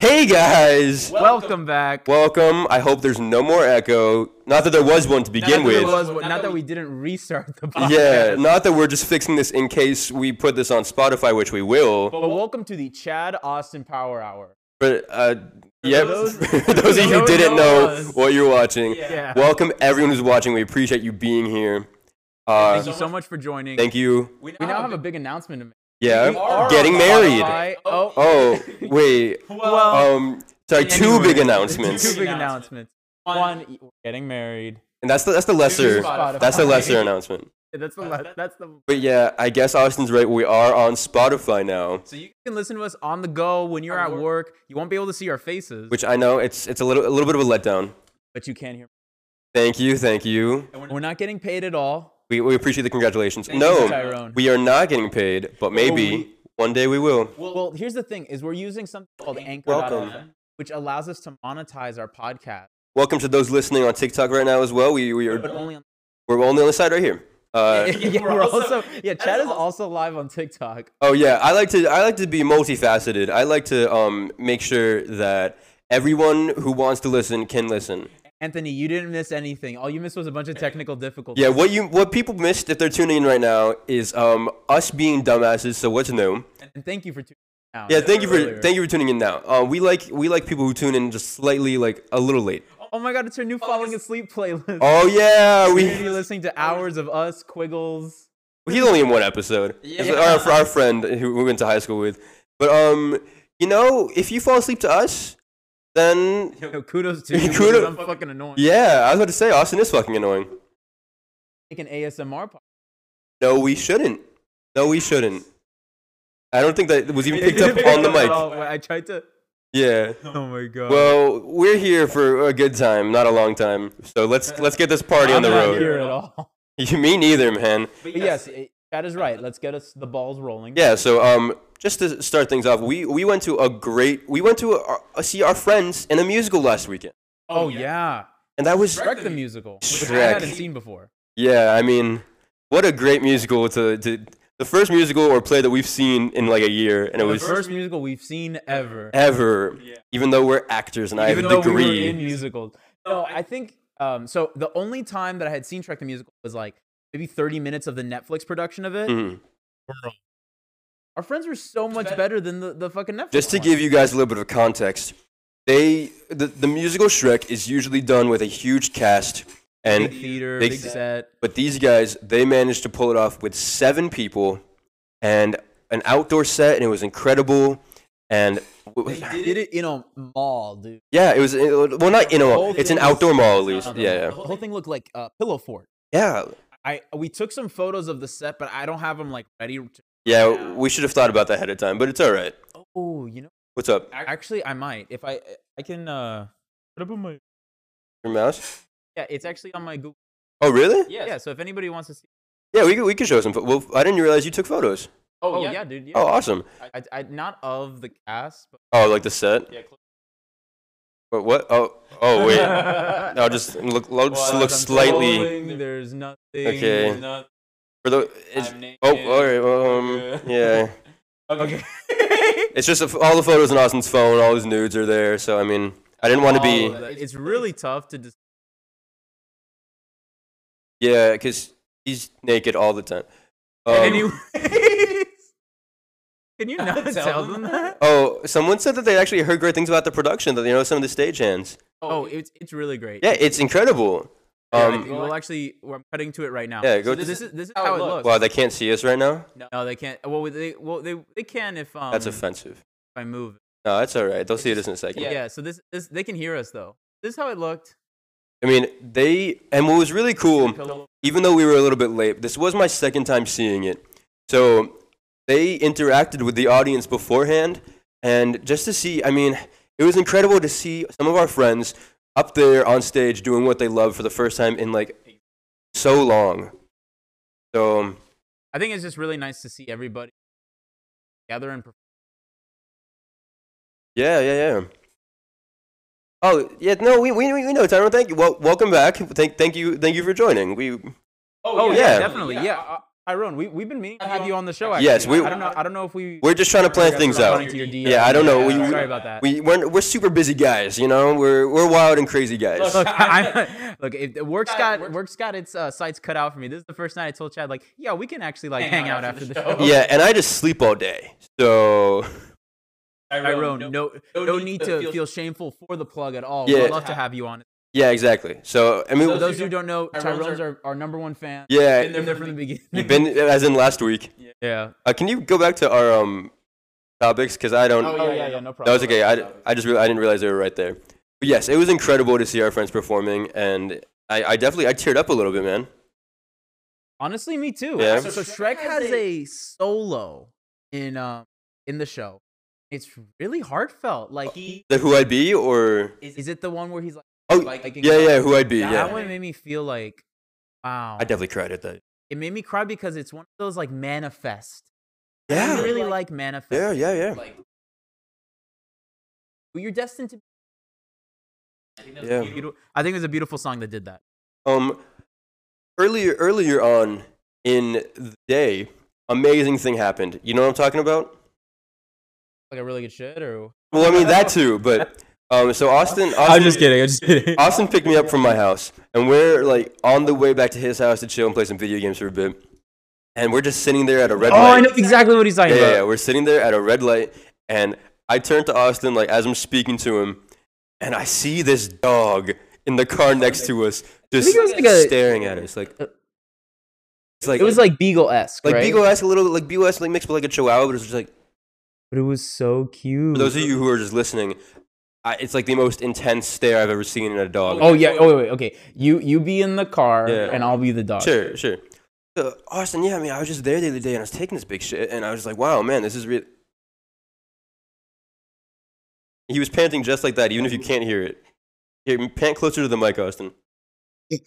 Hey guys, Welcome back. welcome. I hope there's no more echo. Not that there was one to begin Not that with. it was- not that we didn't restart the podcast. Yeah, not that we're just fixing this in case we put this on Spotify, which we will. But welcome to the Chad Austin Power Hour. But uh, yep, those- for those of you who those didn't who know was. what you're watching, Yeah. welcome everyone who's watching. We appreciate you being here. Thank Uh, you so much for joining. thank you. We now, We now have a big big- announcement to make. We are Yeah, on getting married. Spotify. Oh, Oh wait, well, um, sorry, two anyway, big announcements, two big announcement. announcements. One- One, we're getting married. and that's the that's the lesser Spotify. that's the lesser announcement. Yeah, That's the le- that's the. You But yeah, I guess Austin's right. We are on Spotify now, so you can listen to us on the go when you're at work. You won't be able to see our faces, which I know it's it's a little a little bit of a letdown. but you can hear. Thank you, thank you. We're not getting paid at all. We, we appreciate the congratulations. you, no, Tyrone. we are not getting paid, but maybe we- one day we will. Well, here's the thing: is we're using something called Anchor, Welcome. which allows us to monetize our podcast, Welcome to those listening on TikTok right now as well. We we but are only on. we're only on the side right here. Uh, yeah, we're we're also- also yeah. Chad is is also live on TikTok. oh yeah, I like to I like to be multifaceted. I like to um make sure that everyone who wants to listen can listen. Anthony, you didn't miss anything. All you missed was a bunch of technical difficulties. Yeah, what you what people missed if they're tuning in right now is um us being dumbasses. So what's new? And thank you for tuning out. Yeah, thank you for earlier. thank you for tuning in now. Uh, we like we like people who tune in just slightly like a little late. Oh my God, it's your new falling asleep playlist. Oh yeah, You're we gonna be listening to hours of us Quiggles. he's only in one episode. It's our, our friend who we went to high school with. But um, you know, if you fall asleep to us, then No, kudos to you. Kudos- because I'm fucking annoying. yeah, I was about to say Austin is fucking annoying. Make an ASMR podcast. No, we shouldn't. No, we shouldn't. I don't think that was even picked up on the mic. I tried to. Yeah. Oh my God. Well, we're here for a good time, not a long time. So let's let's get this party on the I'm not road. here at all. You me neither, man. But yes, it- Chad is right. Let's get us the balls rolling. Yeah, so um, just to start things off, we we went to a great we went to a, a, see our friends in a musical last weekend, Oh yeah. and that was Shrek the musical. Which I Shrek. hadn't seen before. yeah. I mean, what a great musical to to the first musical or play that we've seen in like a year, and it The was first musical we've seen ever. ever. Even though we're actors and I have Even a though we were degree, in musicals. No, I think um, so. The only time that I had seen Shrek the Musical was like maybe 30 minutes of the Netflix production of it. Mhm. Our friends were so much better than the, the fucking Netflix. just to one. give you guys a little bit of context, they the, the musical Shrek is usually done with a huge cast and big theater, big big, set. But these guys, they managed to pull it off with seven people and an outdoor set, and it was incredible. And w- w- Did it in a mall, dude. yeah, it was it- well, not in a mall. Both It's an things- outdoor mall, at least. Um, Yeah, The whole thing looked like a pillow fort. yeah, I we took some photos of the set, but I don't have them like ready. To, yeah. We should have thought about that ahead of time, but it's all right. oh, you know, What's up, actually, I might if I I can. uh put up on my. your mouse? Yeah, it's actually on my Google. Oh, really? Yes. Yeah, so if anybody wants to see. Yeah, we could, we could show some. Fo- well, I didn't realize you took photos. Oh, yeah. dude. Yeah. Oh, awesome. I, I not of the cast, but Oh, like the set. Yeah, cl- But what? Oh, oh wait. I'll just look. I'll just look slightly. There's nothing. Okay. For the. It's, I'm naked. oh, all right. Well, um, yeah. Okay. It's just if all the photos on Austin's phone. All his nudes are there. So I mean, I didn't want to be. It's, really tough to. Dis- Yeah, because he's naked all the time. Um, Anyways, can you not Tell tell them them that? oh, someone said that they actually heard great things about the production. That they know some of the stagehands. Oh, it's it's really great. Yeah, it's incredible. Yeah, Um, we'll actually. We're I'm cutting to it right now. yeah, go. So this, is this is how it looks. wow, they can't see us right now. no, they can't. Well, they well they they can if um That's if offensive. I move. No, that's all right. They'll see us in a second. Yeah. So this this they can hear us though. This is how it looked. I mean, they and what was really cool. Pillow- even though we were a little bit late, this was my second time seeing it. So they interacted with the audience beforehand, and just to see, I mean, it was incredible to see some of our friends up there on stage doing what they love for the first time in like so long. So um, I think it's just really nice to see everybody gather and. perform. yeah, yeah, yeah. Oh yeah, no, we we we know Tyrone. Thank you. Well, welcome back. Thank thank you thank you for joining. We Oh, yeah. definitely. Yeah. uh, Tyrone, we we've been meaning to have you on the show. Actually. Yes, we- I don't know. I don't know if we. We're just trying to plan Sorry, things I'm out. running to your DM. Yeah, I don't know. We, Yeah, we- sorry about that. We, we're, we're super busy guys, you know? We're, we're wild and crazy guys. Look, I'm, look. If the work's Guys, got work- work's got its uh, sights cut out for me. This is the first night I told Chad like, yeah, we can actually like hang, out after the show. Yeah, and I just sleep all day. So, Tyrone, no, no, need, to, feel, shameful for the plug at all. Yeah. We'd love to have you on. yeah, exactly. So, I mean, For those who don't know, Tyrone's Tyrone's our- our, our number one fan. yeah, been there, from the beginning. you've been, as in last week. yeah. Uh, can you go back to our um, topics? Because I don't. Oh, Oh yeah, yeah, yeah, yeah, no problem. That was okay. I, I just re- I didn't realize they were right there. But yes, it was incredible to see our friends performing, and I, I definitely I teared up a little bit, man. Honestly, me too. Yeah. So, so Shrek has a solo in um in the show. It's really heartfelt. Like he The Who I'd Be or is it the one where he's like oh like yeah yeah Who I'd Be That yeah. one made me feel like wow. I definitely cried at that. it made me cry because it's one of those like manifest. I Yeah really like manifest. yeah yeah yeah Like well, you're destined to yeah. be beautiful. I think it was a beautiful song that did that. Um, earlier earlier on in the day, amazing thing happened. You know what I'm talking about? Like a really good shit or Well, I mean that too, but um, so Austin. Austin I'm just kidding. I'm just kidding. Austin picked me up from my house, and we're like on the way back to his house to chill and play some video games for a bit. And we're just sitting there at a red Oh, light. I know exactly what he's talking Yeah, yeah, yeah, about. we're sitting there at a red light, and I turn to Austin like as I'm speaking to him, and I see this dog in the car next to us, just think it was like a- staring at us, like it's like It was like Beagle esque, like right? Beagle esque a little like Beagle esque like mixed with like a Chihuahua, but it's just like but it was so cute. for those of you who are just listening, I, it's like the most intense stare I've ever seen in a dog. Oh yeah. Oh wait, wait. Okay. You you be in the car Yeah. and I'll be the dog. Sure, sure. So, Austin, yeah, I mean, I was just there the other day and I was taking this big shit and I was just like, wow, man, this is real. He was panting just like that, even if you can't hear it. Here, pant closer to the mic, Austin. yeah,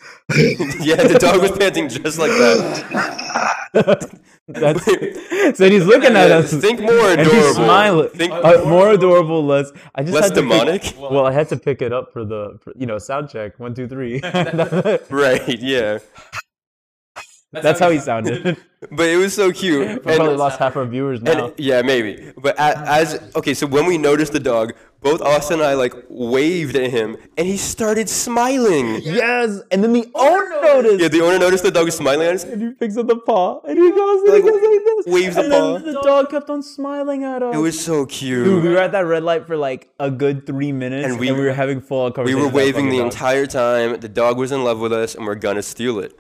the dog was panting just like that. That's so he's looking at us. Think more and adorable. he's smiling. Think Uh, more adorable, less. I just less had to pick- demonic. well, I had to pick it up for the, for, you know, sound check. One, two, three. Right, yeah. That's how he sounded. But it was so cute. We probably And- lost half our viewers And- now. yeah, maybe. But a as okay, so when we noticed the dog, both Austin and I like waved at him, and he started smiling. Yes, and then the owner noticed. Oh, Yeah, the owner noticed the dog was smiling at us. And he picks up the paw, and he goes and he Like, goes like this. waves the and paw. then The dog kept on smiling at us. It was so Dude, we cute. were at that red light for like a good three minutes, And and we- we, were having full We conversation. were waving the entire time. The dog was in love with us, and we're gonna steal it.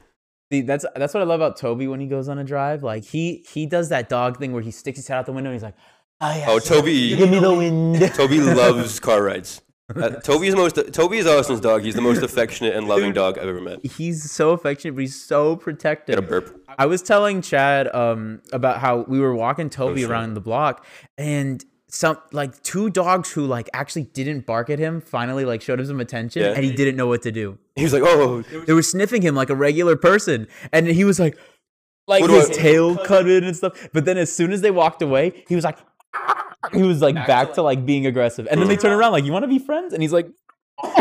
See, that's that's what I love about Toby when he goes on a drive. Like he he does that dog thing where he sticks his head out the window and he's like, oh, yeah, Oh, Toby! Give me the wind. Toby loves car rides. Uh, Toby's most. Toby is Austin's dog. He's the most affectionate and loving dog I've ever met. he's so affectionate, but he's so Get a protective. burp. I was telling Chad um about how we were walking Toby around the block and some like two dogs who like actually didn't bark at him finally like showed him some attention Yeah. and he didn't know what to do. He was like, "Oh, They were sniffing him like a regular person, and he was like, like What do his I- tail cut in and stuff. But then as soon as they walked away, he was like, he was like back, to, like, being aggressive. And then they turn around like, you want to be friends? And he's like,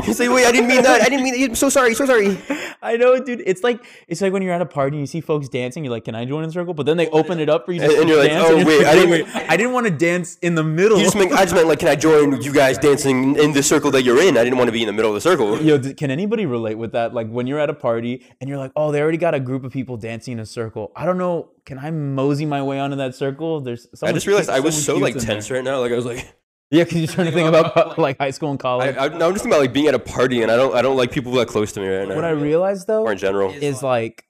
he's like, wait, I didn't mean that. I didn't mean. That. I'm so sorry. So sorry." I know, dude. It's like it's like when you're at a party and you see folks dancing, you're like, can I join in the circle? But then they open it up for you And- to and you're like, dance, "Oh, and wait, I didn't- I didn't want to dance in the middle. You just meant, I just meant like, can I join you guys dancing in the circle that you're in? I didn't want to be in the middle of the circle. Yo, d- can anybody relate with that? Like when you're at a party and you're like, oh, they already got a group of people dancing in a circle. I don't know. Can I mosey my way onto that circle? There's. I Someone just realized I was someone so cute's like in tense there. right now. Like I was like, Yeah, because you're trying to think about like high school and I, college. I, no, I'm just thinking about like being at a party and I don't, I don't like people that close to me right now. what I realized though or in general, is like,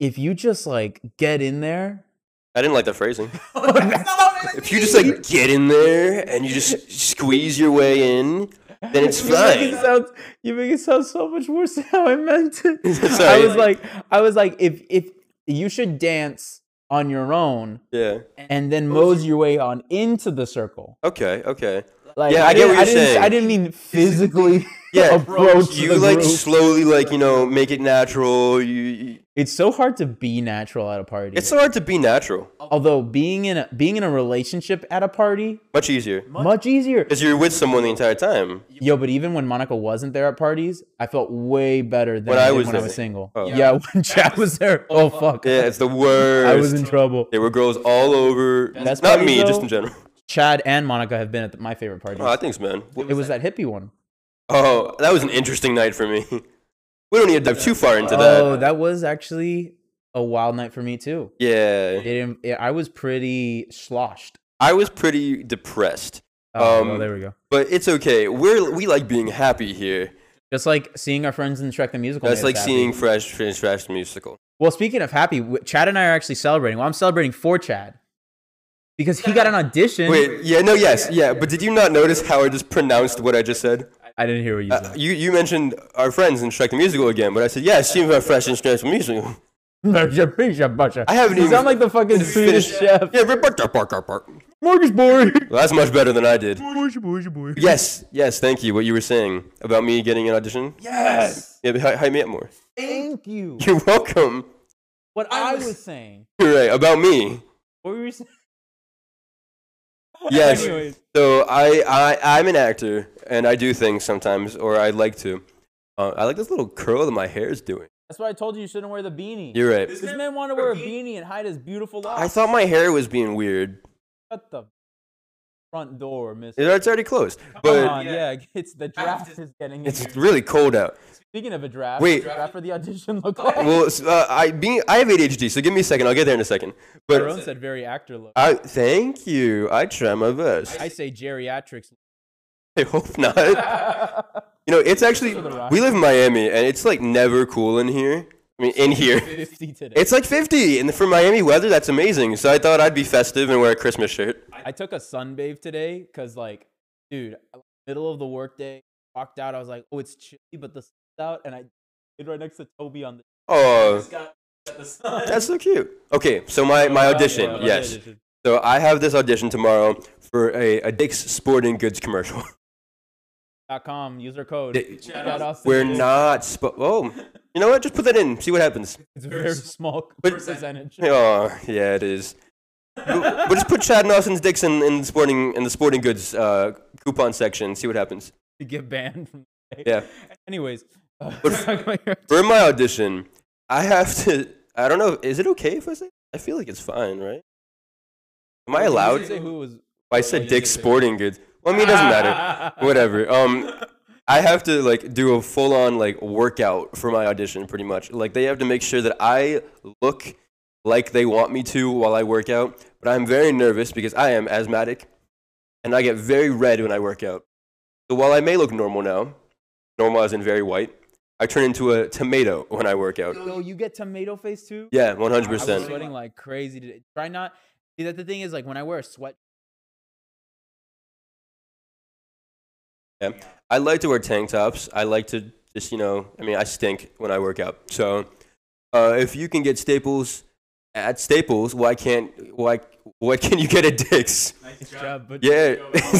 if you just like get in there, I didn't like the phrasing. If you just like get in there and you just squeeze your way in, then it's You make it fine. sound, you make it sound so much worse than how I meant it. Sorry. I was like, I was like, if if you should dance on your own Yeah. and then mosey your way on into the circle. Okay. Okay. Like, Yeah, I get what didn't- you're didn't- saying. I didn't mean physically Yeah, approach you the like group. slowly like you know make it natural. You, you It's so hard to be natural at a party. it's so hard to be natural. Although being in a, being in a relationship at a party Much easier much easier. because you're with someone the entire time. Yo, but even when Monica wasn't there at parties, I felt way better than When I, I did was when I there. was single. Oh. Yeah. when Chad was there. Oh fuck, Yeah, it's the worst. I was in trouble. there were girls all over. Best Not parties, me, just though? in general. Chad and Monica have been at the, my favorite parties. Oh, thanks, man. it was that hippie one. Oh, that was an interesting night for me. We don't need to dive too far into Oh, that. that was actually a wild night for me too. Yeah, It, it, I was pretty sloshed. I was pretty depressed, Oh, well, Um, there we go. but it's okay. We're we like being happy here. Just like seeing our friends in Shrek the Musical. That's made us like happy. seeing Fresh Fresh Fresh musical. Well, speaking of happy, w- Chad and I are actually celebrating. Well, I'm celebrating for Chad because he got an audition. Wait, yeah, no, yes, yeah. But did you not notice how I just pronounced what I just said? I didn't hear what you Uh, said. you you mentioned our friends in Shrek the Musical again, but I said yeah, seeing our Fresh and Fresh musical. I haven't You even sound like the fucking finished. Swedish chef. Yeah, but- but- but- but- but- Smorgasbord. Well, that's much better than I did. Yes, yes, thank you. What you were saying about me getting an audition? yes. Yeah, but hy- hype me up more. Thank you. You're welcome. What I was saying. You're right about me. What were you saying? Yes. Anyways. So I, I, I'm an actor, and I do things sometimes, or I like to. Uh, I like this little curl that my hair is doing. That's why I told you you shouldn't wear the beanie. You're right. this man wanted to wear a beanie and hide his beautiful locks. I thought my hair was being weird. Shut the front door, miss. It- It's already closed, Come but on, yeah, it's the draft is getting. in it's really cold out. Speaking of a draft, Wait. the draft for the audition look like. Well, s- uh, I being I have ADHD, so give me a second. I'll get there in a second. Tyrone But said very actor look. I thank you. I try my best. I say geriatrics. I hope not. You know, it's actually we live in Miami, and it's like never cool in here. I mean, in here, Fifty today. it's like 50, and for Miami weather, that's amazing. So I thought I'd be festive and wear a Christmas shirt. I took a sunbathe today because, like, dude, middle of the workday, walked out. I was like, oh, it's chilly, but the sun's out, and I did right next to Toby on the. Oh, That's that's so cute. Okay, so my Oh, my audition, yes. So I have this audition tomorrow for a, a Dick's Sporting Goods commercial. .com user code. They- Shout out to We're you. not. Spo- oh, you know what? Just put that in. See what happens. It's a very small But- percentage. Oh, yeah, it is. but, but just put Chad Nelson's Dixon in the sporting in the sporting goods uh, coupon section. See what happens. to get banned from. Yeah. Anyways, uh, But- talking about your- For my audition, I have to. I don't know. Is it okay if I say? I feel like it's fine, right? Am I You allowed? didn't say who was. I said Dick's Sporting Goods. Well, I mean, it doesn't matter. Whatever. Um, I have to like do a full on like workout for my audition, pretty much. Like they have to make sure that I look like they want me to while I work out. But I'm very nervous because I am asthmatic, and I get very red when I work out. So while I may look normal now, normal as in very white, I turn into a tomato when I work out. So you get tomato face too. Yeah, 100. I was percent sweating like crazy today. Try not. See that the thing is like when I wear a sweat. Yeah. I like to wear tank tops. I like to just, you know, I mean, I stink when I work out. So, uh, if you can get Staples at Staples, why can't why why can you get at Dick's? Nice job, but Yeah,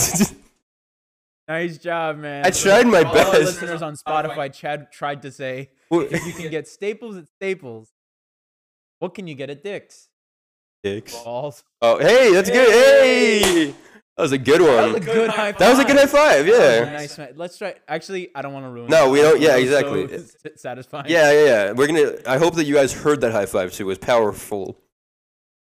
nice job, man. I tried my All our best. listeners on Spotify, Chad tried to say Well, you can get staples at Staples. What can you get at Dick's? Dick's. Balls. Oh, hey, that's good. Hey, that was a good That was a one. good high That was a good high five. five. Yeah. Nice, man. Let's try. Actually, I don't want to ruin. No, it. we don't- It yeah, was so exactly. s- satisfying. Yeah, yeah, yeah. We're gonna. I hope that you guys heard that high five too. It was powerful.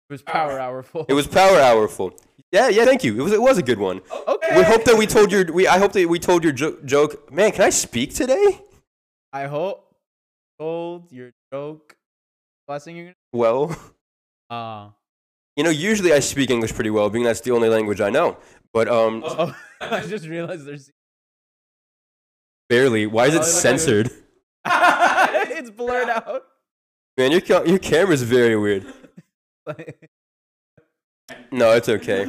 It was power hourful. It was power hourful. Yeah, yeah. Thank you. It was. It was a good one. okay. We hope that we told your. We I hope that we told your jo- joke. Man, can I speak today? I hope told your joke. Blessing you. Well, Uh, you know, usually I speak English pretty well, being that's the only language I know. But um, oh, I just realized there's. barely. Why is Oh, it look at censored? it's blurred out. Man, your ca- your camera's very weird. No, it's okay.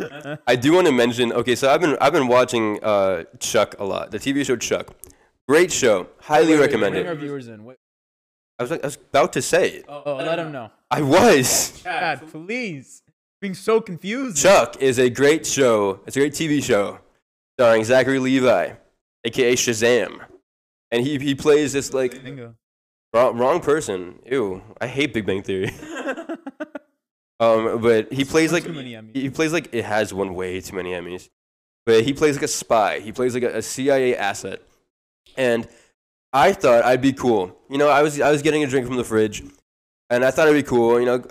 I do want to mention. Okay, so I've been I've been watching uh Chuck a lot, the TV show Chuck. Great show, highly recommend Bring our it. viewers in. Wait, I was like, I was about to say it. oh, let them know. I was. God, please. Being so confused. Chuck is a great show. It's a great TV show. starring Zachary Levi, aka Shazam, and he he plays this like wrong, wrong person. Ew, I hate Big Bang Theory. um, but he plays like too many Emmys. he plays like it has one way too many Emmys. But he plays like a spy. He plays like a, a CIA asset, and I thought I'd be cool. You know, I was I was getting a drink from the fridge, and I thought it'd be cool. You know,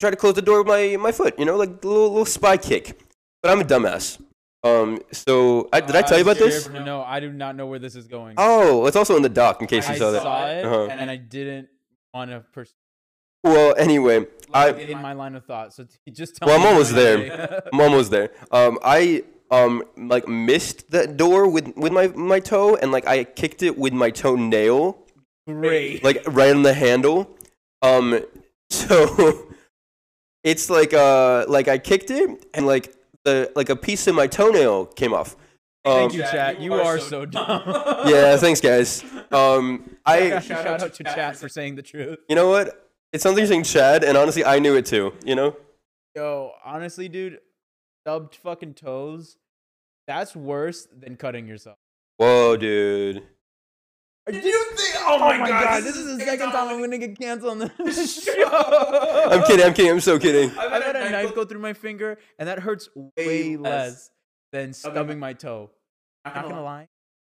try to close the door with my, my foot. You know, like a little, little spy kick. But I'm a dumbass. Um, so I, did I tell you about this? Uh, No, I do not know where this is going. Oh, it's also in the doc in case I you saw that. it, Uh-huh. and I didn't want to pursue Well, anyway, I in my line of thought. So t- just tell Well, me I'm almost what there. you think. I'm almost there. Um, I um like missed that door with with my my toe, and like I kicked it with my toenail, Great. like right on the handle. Um, so it's like uh like I kicked it, and like the like a piece of my toenail came off. Um, Thank you, chat. You are so dumb. Yeah, thanks guys. Um, I Shout out to chat for saying the truth. you know what? It's something saying Chad, and honestly, I knew it too. You know. Yo, honestly, dude, stubbed fucking toes. That's worse than cutting yourself. Whoa, dude. Did you think? Oh my, god, this, is the second time I'm gonna get canceled on this show. I'm kidding. I'm kidding. I'm so kidding. I've had, a knife go through my finger, and that hurts way less than stubbing my toe. I'm not gonna lie.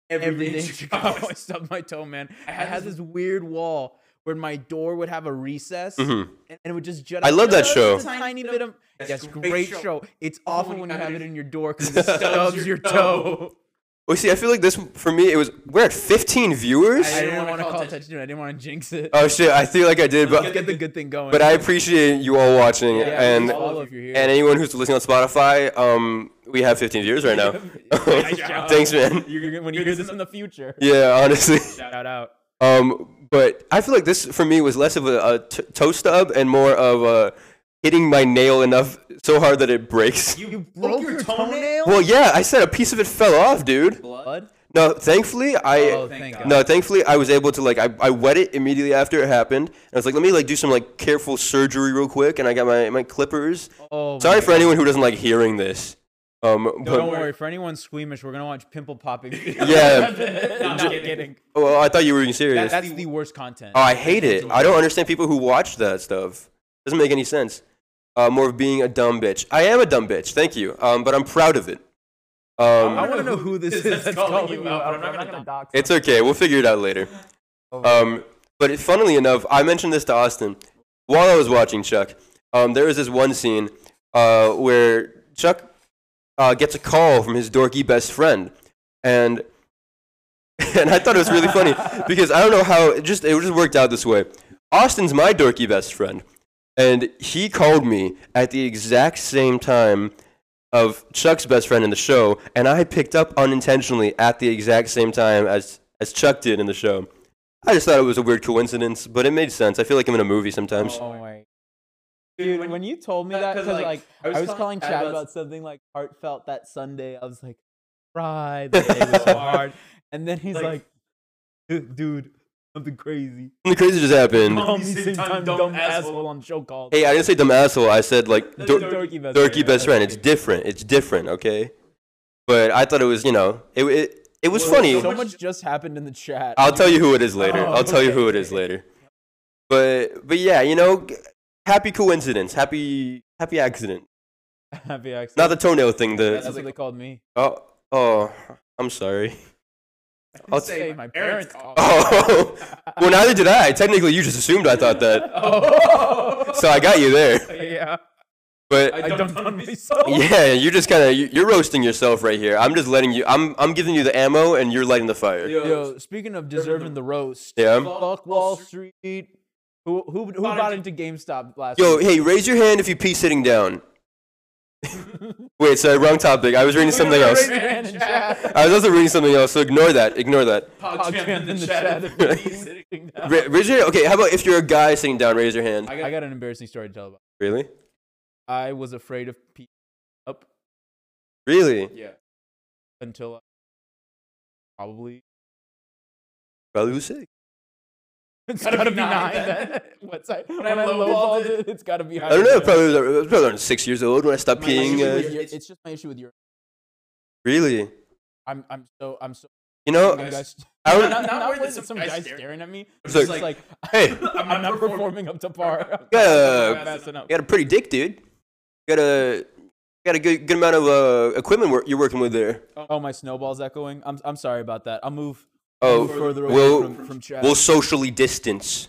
Every day in Chicago, I stubbed my toe, man. I had, this weird wall where my door would have a recess, Mhm. and it would just jut. I out. love that Just a show. Tiny bit of that's great show. It's awful when you have it in your door because it stubs your toe. Well, see, I feel like this for me. It was we're at 15 viewers. I didn't want to call attention to it. I didn't want to jinx it. oh shit! I feel like I did, Let's get but the good thing going. but I appreciate you all watching Yeah, and please follow if you're here. and anyone who's listening on Spotify. Um, we have 15 viewers right now. job. Thanks, man. You're gonna- when you hear this in the future, Yeah, honestly. shout out. Um, but I feel like this for me was less of a, a t- toe stub and more of a hitting my nail enough so hard that it breaks. You broke Oh, your toenail? Well, yeah, I said a piece of it fell off, dude. Blood? No, thankfully I. Oh, thank God. No, thankfully I was able to like I, I wet it immediately after it happened. And I was like, let me like do some like careful surgery real quick, and I got my, my clippers. Oh, Sorry my for anyone who doesn't like hearing this. Um, God. but, Don't worry. For anyone squeamish, we're gonna watch pimple popping. Yeah. I'm not kidding. Well, I thought you were being serious. That's the worst content. oh, I hate it. I don't understand people who watch that stuff. Doesn't make any sense. Uh, more of being a dumb bitch. I am a dumb bitch. Thank you. Um, but I'm proud of it. Um, I want to know who this is that's calling you out. but I'm not gonna dox. It's okay. We'll figure it out later. Um, but it, funnily enough, I mentioned this to Austin while I was watching Chuck. Um, there was this one scene uh, where Chuck uh, gets a call from his dorky best friend, and and I thought it was really funny because I don't know how it just it just worked out this way. Austin's my dorky best friend, and he called me at the exact same time of Chuck's best friend in the show, and I picked up unintentionally at the exact same time as as Chuck did in the show. I just thought it was a weird coincidence, but it made sense. I feel like I'm in a movie sometimes. Oh my. Dude, when, you told me that, because like, I was, calling Chad about, something like heartfelt that Sunday, I was like, "Fried, the day was so hard," and then he's like, "Dude, dude, something crazy." Something crazy just happened. Call me same time, dumb asshole on show called. Hey, I didn't say dumb asshole. I said like That's dor- dorky best dorky friend. best friend. It's different. It's different. Okay, but I thought it was you know it it, it was funny. So much Oh, just happened in the chat. I'll tell you who it is later. I'll tell you who it is later. But but yeah, you know, g- happy coincidence, happy happy accident. Happy accident. Not the toenail thing. The That's what they called me. Oh, oh, I'm sorry. I'll t- Say my parents. called me. oh, well, neither did I. Technically, you just assumed I thought that, Oh, so I got you there. yeah. But I dumped on myself. yeah, you just kind of you're roasting yourself right here. I'm just letting you. I'm I'm giving you the ammo, and you're lighting the fire. Yo, speaking of deserving the roast, Yeah. fuck Wall Street. Who who who bought into GameStop last? Yo, week? hey, raise your hand if you pee sitting down. Wait, sorry, wrong topic. I was reading something else. I was also reading something else, so ignore that. Ignore that. Pogchamp in the chat. Ra- raise your okay. How about if you're a guy sitting down, raise your hand. I got an embarrassing story to tell about. Really? I was afraid of pee up Really? until I probably Probably was sick. it's gotta, be nine. then. What's I, when, I lowballed it, it's gotta be. I don't know. Probably was, I was probably around six years old when I stopped peeing. Uh, it's just my issue with urine. Really? I'm I'm so I'm so. You know, you guys, I not, would, not, not where with some some guy guy staring- staring at me. It's It's like- like, like hey, Uh, you I'm, not performing up to par. got I'm a, messing up. you got a pretty dick, dude. You got a, you got a good, good amount of uh, equipment work you're working with there. Oh, my snowball's echoing. I'm I'm sorry about that. I'll move. Oh, move further away we'll, from, from chat. we'll socially distance.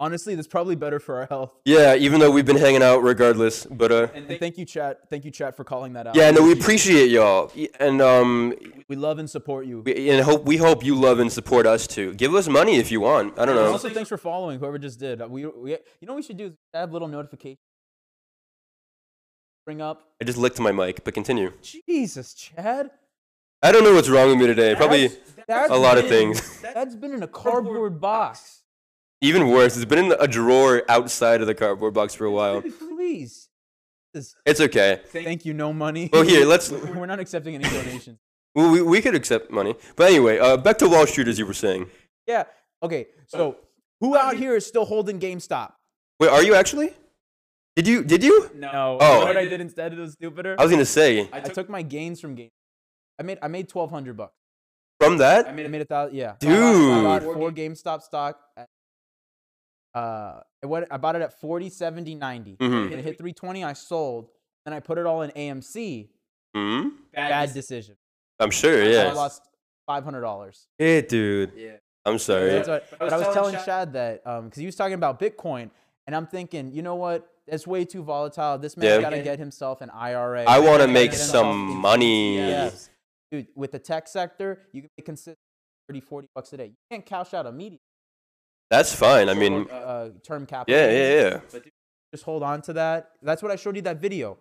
Honestly, that's probably better for our health. Yeah, even though we've been hanging out regardless, but uh, And thank you, chat. Thank you, chat, for calling that out. yeah, no, we appreciate y'all, Y- and um, We love and support you. we, and hope we hope you love and support us too. Give us money if you want. I don't know. Also, thanks for following whoever just did. Uh, We, we you know what we should do is add little notification. Bring up. I just licked my mic, but continue. Jesus, Chad. I don't know what's wrong with me today. Probably That's a lot of been- things. That's been in a cardboard box. Even worse, it's been in a drawer outside of the cardboard box for a while. Please. This- It's okay. Thank you, no money. Well, here, let's. We're not accepting any donations. Well, we, we could accept money, but anyway, uh, back to Wall Street as you were saying. Yeah. Okay. So, who out here is still holding GameStop? Wait, are you actually? Did you? Did you? No. Oh. You know what I did instead? It was stupider. I was gonna say I took my gains from game. I made I made twelve hundred bucks. from I that. made, I made a thousand. Yeah, So I bought- I bought Dude. four GameStop stock. At, uh, it went, I bought it at 40, 70, 90. Mhm. When it hit 320, I sold. Then I put it all in AMC. Hmm. Bad decision. I'm sure. So Yeah. I lost $500. Hey, dude. Yeah. I'm sorry. That's what- but I was, telling Shad that because he was talking about Bitcoin, and I'm thinking, you know what? That's way too volatile. This man's Yeah. got to get himself an IRA. I want to Gotta make get some himself- money. Yes. Dude, with the tech sector, you can make consistent 30, 40 bucks a day. You can't cash out immediately. That's fine. I mean, uh, uh, term capital. yeah, yeah, yeah. Just hold on to that. That's what I showed you that video.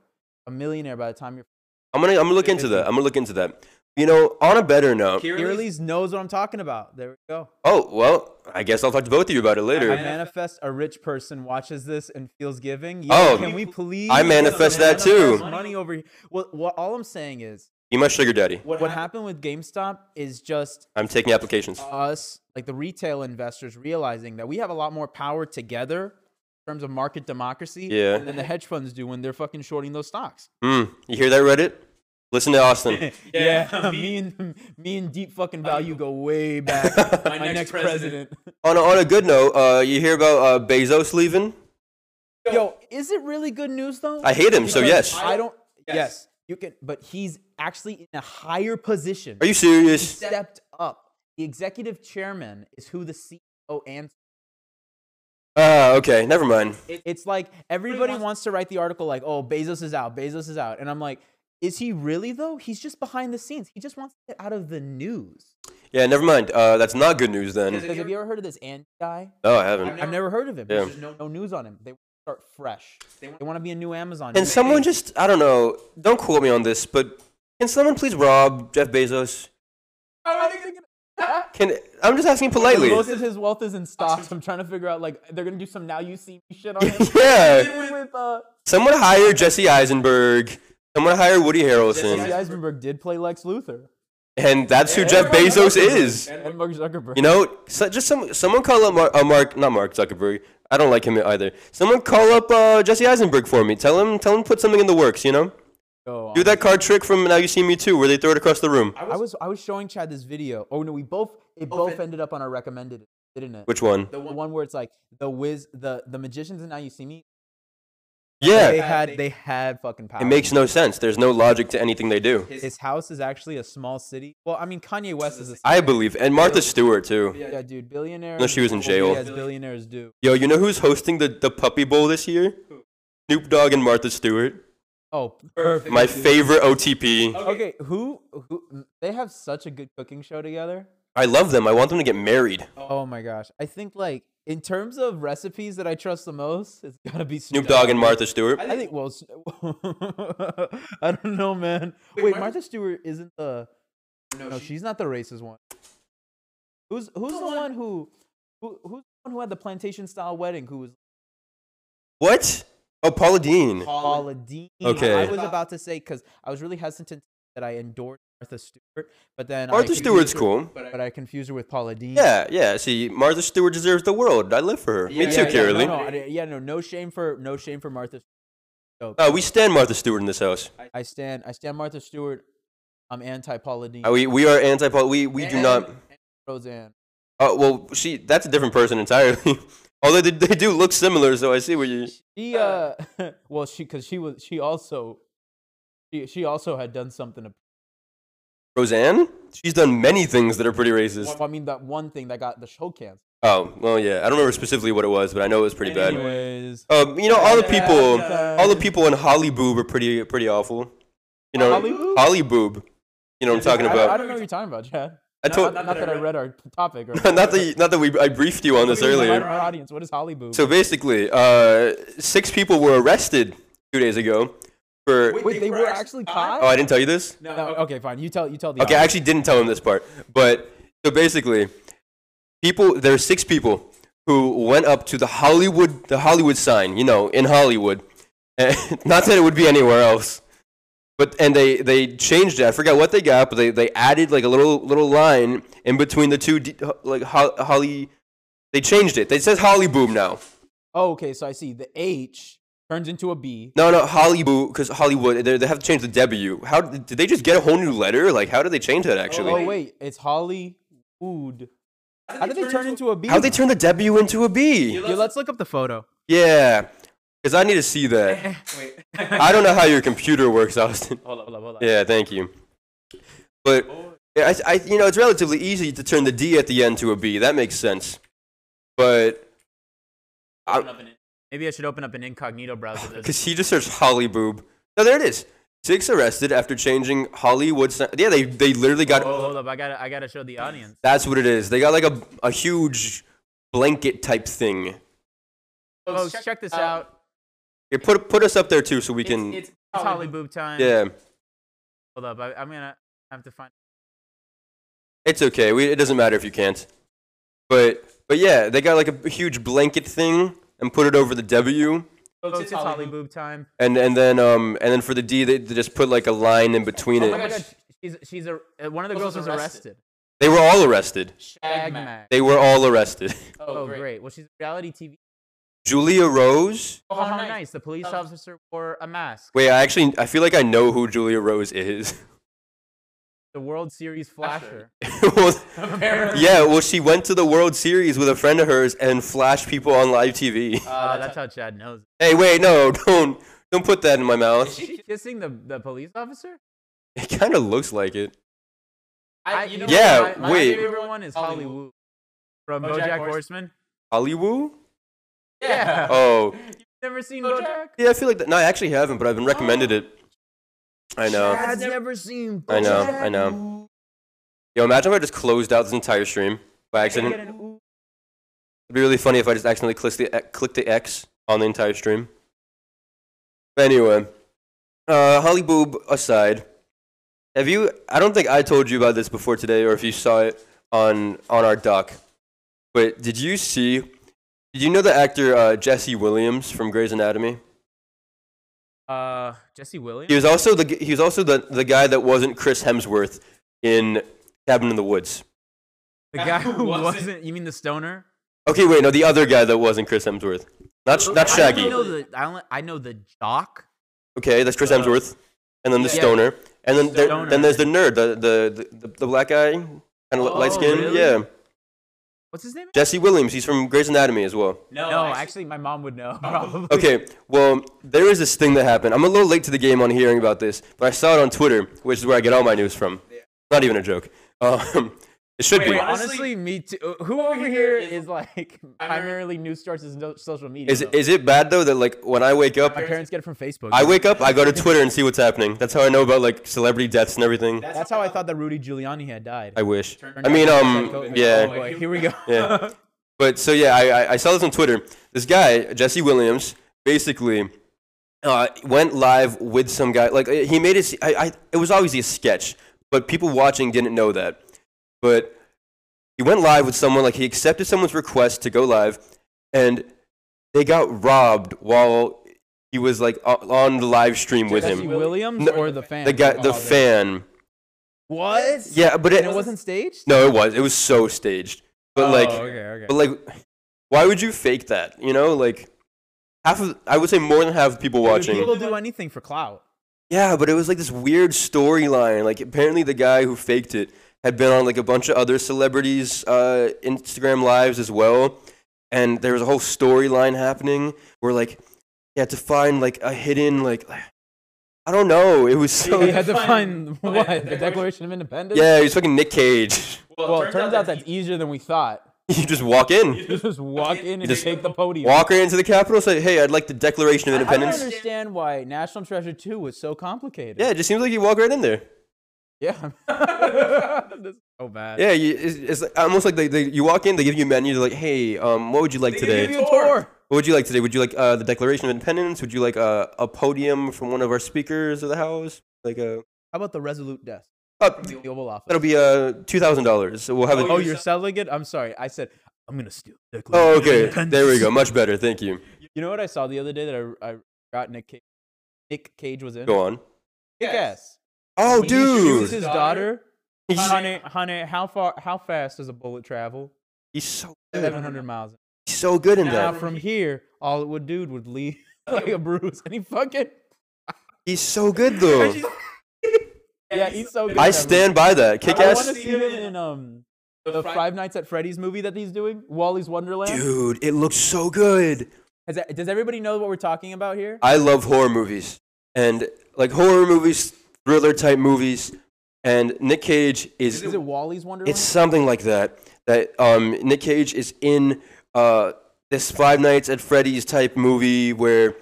A millionaire by the time you're. I'm gonna, I'm gonna look into that. I'm gonna look into that. You know, on a better note. Early's knows what I'm talking about. There we go. Oh well, I guess I'll talk to both of you about it I later. manifest a rich person watches this and feels giving. Yeah, Oh, can we please? I manifest that too. Money over here. Well, what, all I'm saying is Be my sugar daddy. what, happened with GameStop is just I'm taking applications. us, like the retail investors, realizing that we have a lot more power together in terms of market democracy Yeah. than the hedge funds do when they're fucking shorting those stocks. Hmm. You hear that, Reddit? Listen to Austin. Yeah, me and me and deep fucking value go way back. My, next, president. on a, on a good note, uh, you hear about uh, Bezos leaving? Yo, is it really good news though? I hate him, so yes. I don't. Yes. you can, but he's actually in a higher position. Are you serious? stepped up? The executive chairman is who the CEO and Ah, okay. Never mind. it's like everybody wants to write the article like, "Oh, Bezos is out, Bezos is out," and I'm like, is he really though? He's just behind the scenes. He just wants to get out of the news. Yeah, never mind. Uh, that's not good news then. Because have you ever heard of this Andy guy? Oh, I haven't. I've never heard of him. Yeah. There's just no, no news on him. They start fresh. They want to be a new Amazon. Can someone just, I don't know, don't quote me on this, but can someone please rob Jeff Bezos? Can I'm just asking politely. Most of his wealth is in stocks. I'm trying to figure out like they're gonna do some now you see me shit on him. Yeah. With, uh, Someone hire Jesse Eisenberg. Someone hire Woody Jesse Harrelson. Eisenberg did play Lex Luthor. And that's who Jeff Bezos is. And Mark Zuckerberg. You know, so just some someone call up Mar- uh, Mark, not Mark Zuckerberg. I don't like him either. Someone call up uh, Jesse Eisenberg for me. Tell him, tell him, put something in the works. You know, Go do on. that card trick from Now You See Me Too, where they throw it across the room. I was I was showing Chad this video. Oh no, we both it both ended up on our recommended, didn't it? Which one? the one where it's like the whiz the the magicians and now you see me. They Yeah, had they had fucking power. it makes no sense. There's no logic to anything they do. his house is actually a small city. Well, I mean Kanye West is a I believe, and Martha Stewart too. yeah, dude, billionaire. No, she was in jail. As billionaires do. Yo, you know who's hosting the the Puppy Bowl this year? Snoop Dogg and Martha Stewart. Oh, perfect. My favorite OTP. Okay, who who they have such a good cooking show together. I love them. I want them to get married. Oh my gosh, I think like in terms of recipes that I trust the most, it's gotta be Snoop Dogg and Martha Stewart. I think well, s- I don't know, man. Wait, Martha Stewart isn't the. No, she's not the racist one. Who's who's the one who, who who's the one who had the plantation style wedding? Who was What? Oh, Paula Dean. Paula Dean? Okay. I was about to say because I was really hesitant that I endorsed Martha Stewart, but then I Martha confused Stewart's her- cool. but I confused her with Paula Dean. Yeah, yeah. See, Martha Stewart deserves the world. I live for her. Me Yeah, too, yeah, Carolee. No, no, I di- yeah, no, no shame for no shame for Martha. Stewart. Uh, we stand Martha Stewart in this house. I stand I stand Martha Stewart I'm anti Paula Dean. Uh, we we are anti Paul. We we do not. Roseanne. Oh well, she that's a different person entirely. Although they, they do look similar, so I see where you. She uh, well, she because she was she also, she she also had done something. To, Roseanne, she's done many things that are pretty racist. well, I mean, that one thing that got the show canceled. Oh well, yeah. I don't remember specifically what it was, but I know it was pretty bad. Anyways, Um, you know, all the people, uh, all the people in Hollyboob are pretty pretty awful. You know, Hollyboob? Hollyboob. You know what I'm talking I, I about? don't know what you're talking about, Chad. I told Not that I read our topic. Or not that not that we I briefed you on this earlier. Our audience, what is Hollywood? So basically, uh, six people were arrested two days ago for. Wait, they were actually caught. Oh, I didn't tell you this. No, okay, fine. You tell. You tell the. Okay, I actually didn't tell him this part. But so basically, people there are six people who went up to the Hollywood the Hollywood sign, you know, in Hollywood. And not that it would be anywhere else. But and they they changed it. I forgot what they got, but they, they added like a little little line in between the two d- like ho- Holly they changed it. They says Holly Boom now. Oh, okay, so I see. The H turns into a B. No, no, Hollywood because Hollywood they they have to change the W. How did they just get a whole new letter? Like how did they change that actually? Oh wait, it's Hollywood. How did they turn into a B? How they turn the W into a B? Yeah, let's look up the photo. Yeah, because I need to see that. I don't know how your computer works, Austin. Hold up, hold up, hold up. Yeah, thank you. But yeah, I, I, you know, it's relatively easy to turn the D at the end to a B. That makes sense. But Maybe I should open up an incognito browser. There's- because he just searched Holly Boob. No, there it is. Six arrested after changing Hollywood. si- Yeah, they they literally got. Oh, hold up! I gotta, I gotta show the audience. That's what it is. They got like a a huge blanket type thing. Oh, check, this out. Yeah, put put us up there too, so we can. It's, it's Holly Boob time. yeah, Hold up! I, I'm gonna have to find. It's okay. We, it doesn't matter if you can't. But but yeah, they got like a huge blanket thing and put it over the W, oh, Folks, it's Holly Boob time. and and then um and then for the D they, they just put like a line in between Oh my it. god, she's she's a uh, one of the girls was arrested. They were all arrested. Shag Mag. They were all arrested. Oh great. Well, she's reality TV. Julia Rose. Oh, how nice. The police officer wore a mask. Wait, I actually I feel like I know who Julia Rose is. The World Series flasher. well, yeah, well she went to the World Series with a friend of hers and flashed people on live TV. Uh, that's how Chad knows. hey, wait, no, don't don't put that in my mouth. Is she kissing the, the police officer? It kind of looks like it. I, you know Yeah, what, my, wait. My favorite one is Hollywood from BoJack, Horseman. Hollywood? Yeah. Oh. Never seen BoJack? Yeah, I feel like that. No, I actually haven't, but I've been recommended it. I know. Chad's never seen. I know. I know. Yo, imagine if I just closed out this entire stream by accident. It'd be really funny if I just accidentally clicked the eh, clicked the X on the entire stream. But anyway, uh, Holly Boob aside, have you? I don't think I told you about this before today, or if you saw it on on our doc. But did you see? Did you know the actor uh, Jesse Williams from Grey's Anatomy? Uh, Jesse He Williams. was also the he was also the, the guy that wasn't Chris Hemsworth in Cabin in the Woods. The guy who wasn't. You mean the stoner? Okay, wait, no, the other guy that wasn't Chris Hemsworth, not Sh- not I only Shaggy. know the. I, only, I know the jock. Okay, that's Chris Hemsworth, and then the Uh, Yeah. stoner, and then there, Stoner. then there's the nerd, the the the, the, the black guy, kind of light skin. Oh, really? Yeah, What's his name? Jesse Williams. He's from Grey's Anatomy as well. No, actually, my mom would know. Probably. Okay, well, there is this thing that happened. I'm a little late to the game on hearing about this, but I saw it on Twitter, which is where I get all my news from. Not even a joke. Um, it should be. Wait, honestly, me too. Who over here is like primarily news sources, no, social media? Is, though? is it bad though that like when I wake up, My parents get it from Facebook. I wake up, I go to Twitter and see what's happening. That's how I know about like celebrity deaths and everything. That's how I thought that Rudy Giuliani had died. I wish. I mean, um, Oh yeah, boy, here we go. yeah. But so yeah, I, I I saw this on Twitter. This guy Jesse Williams basically uh, went live with some guy. Like uh, he made it. se- I, I it was obviously a sketch, but people watching didn't know that. But he went live with someone. Like he accepted someone's request to go live, and they got robbed while he was like o- on the live stream with Jesse him. Williams No, or the fan? The guy, the fan. What? Yeah, but it, And it wasn't staged. Oh, No, it was. It was so staged. But like, okay, but like, why would you fake that? You know, like half of I would say more than half of people watching. People do anything for clout. Yeah, but it was like this weird storyline. Like apparently the guy who faked it had been on like a bunch of other celebrities' uh, Instagram lives as well, and there was a whole storyline happening where like you had to find like a hidden like I don't know. It was so You had to find what? The Declaration of Independence? yeah, it was fucking Nick Cage. Well, it turns out that's easier than we thought. you just walk in, You just walk in and just take the podium. walk right into the Capitol, say, "Hey, I'd like the Declaration of I don't Independence." understand why National Treasure 2 was so complicated. Yeah, it just seems like you walk right in there. Yeah. That's so bad. Yeah, you, it's, it's like- almost like they, they, you walk in, they give you a menu, they're like, "Hey, um, what would you like today?" Give you a tour. What would you like today? Would you like uh, the Declaration of Independence? Would you like uh, a podium from one of our speakers of the House? Like a How about the Resolute desk? uh, The Oval Office. that'll be uh, two thousand dollars. So we'll have it. oh, you're selling it? I'm sorry. I said, I'm going to steal the Declaration Oh, of okay. Independence. There we go. Much better. Thank you. You know what I saw the other day that I, I got Nick Cage? Nick Cage was in? Go on. Kick ass. Oh, He was dude, his daughter. he's, Honey, honey, how far, how fast does a bullet travel? he's so good. 700 miles. He's so good in Now that. from here, all it would do would leave like a bruise, and he fucking He's so good though. yeah, he's so good. I at that movie. stand by that. Kick I want to ass, see him in um the Five Nights at Freddy's movie that he's doing, Wally's Wonderland. dude. It looks so good. Has that- does everybody know what we're talking about here? I love horror movies and like horror movies, thriller type movies, and Nick Cage is Is it Wally's Wonderland? It's something like that. That um, Nick Cage is in uh, this Five Nights at Freddy's type movie where he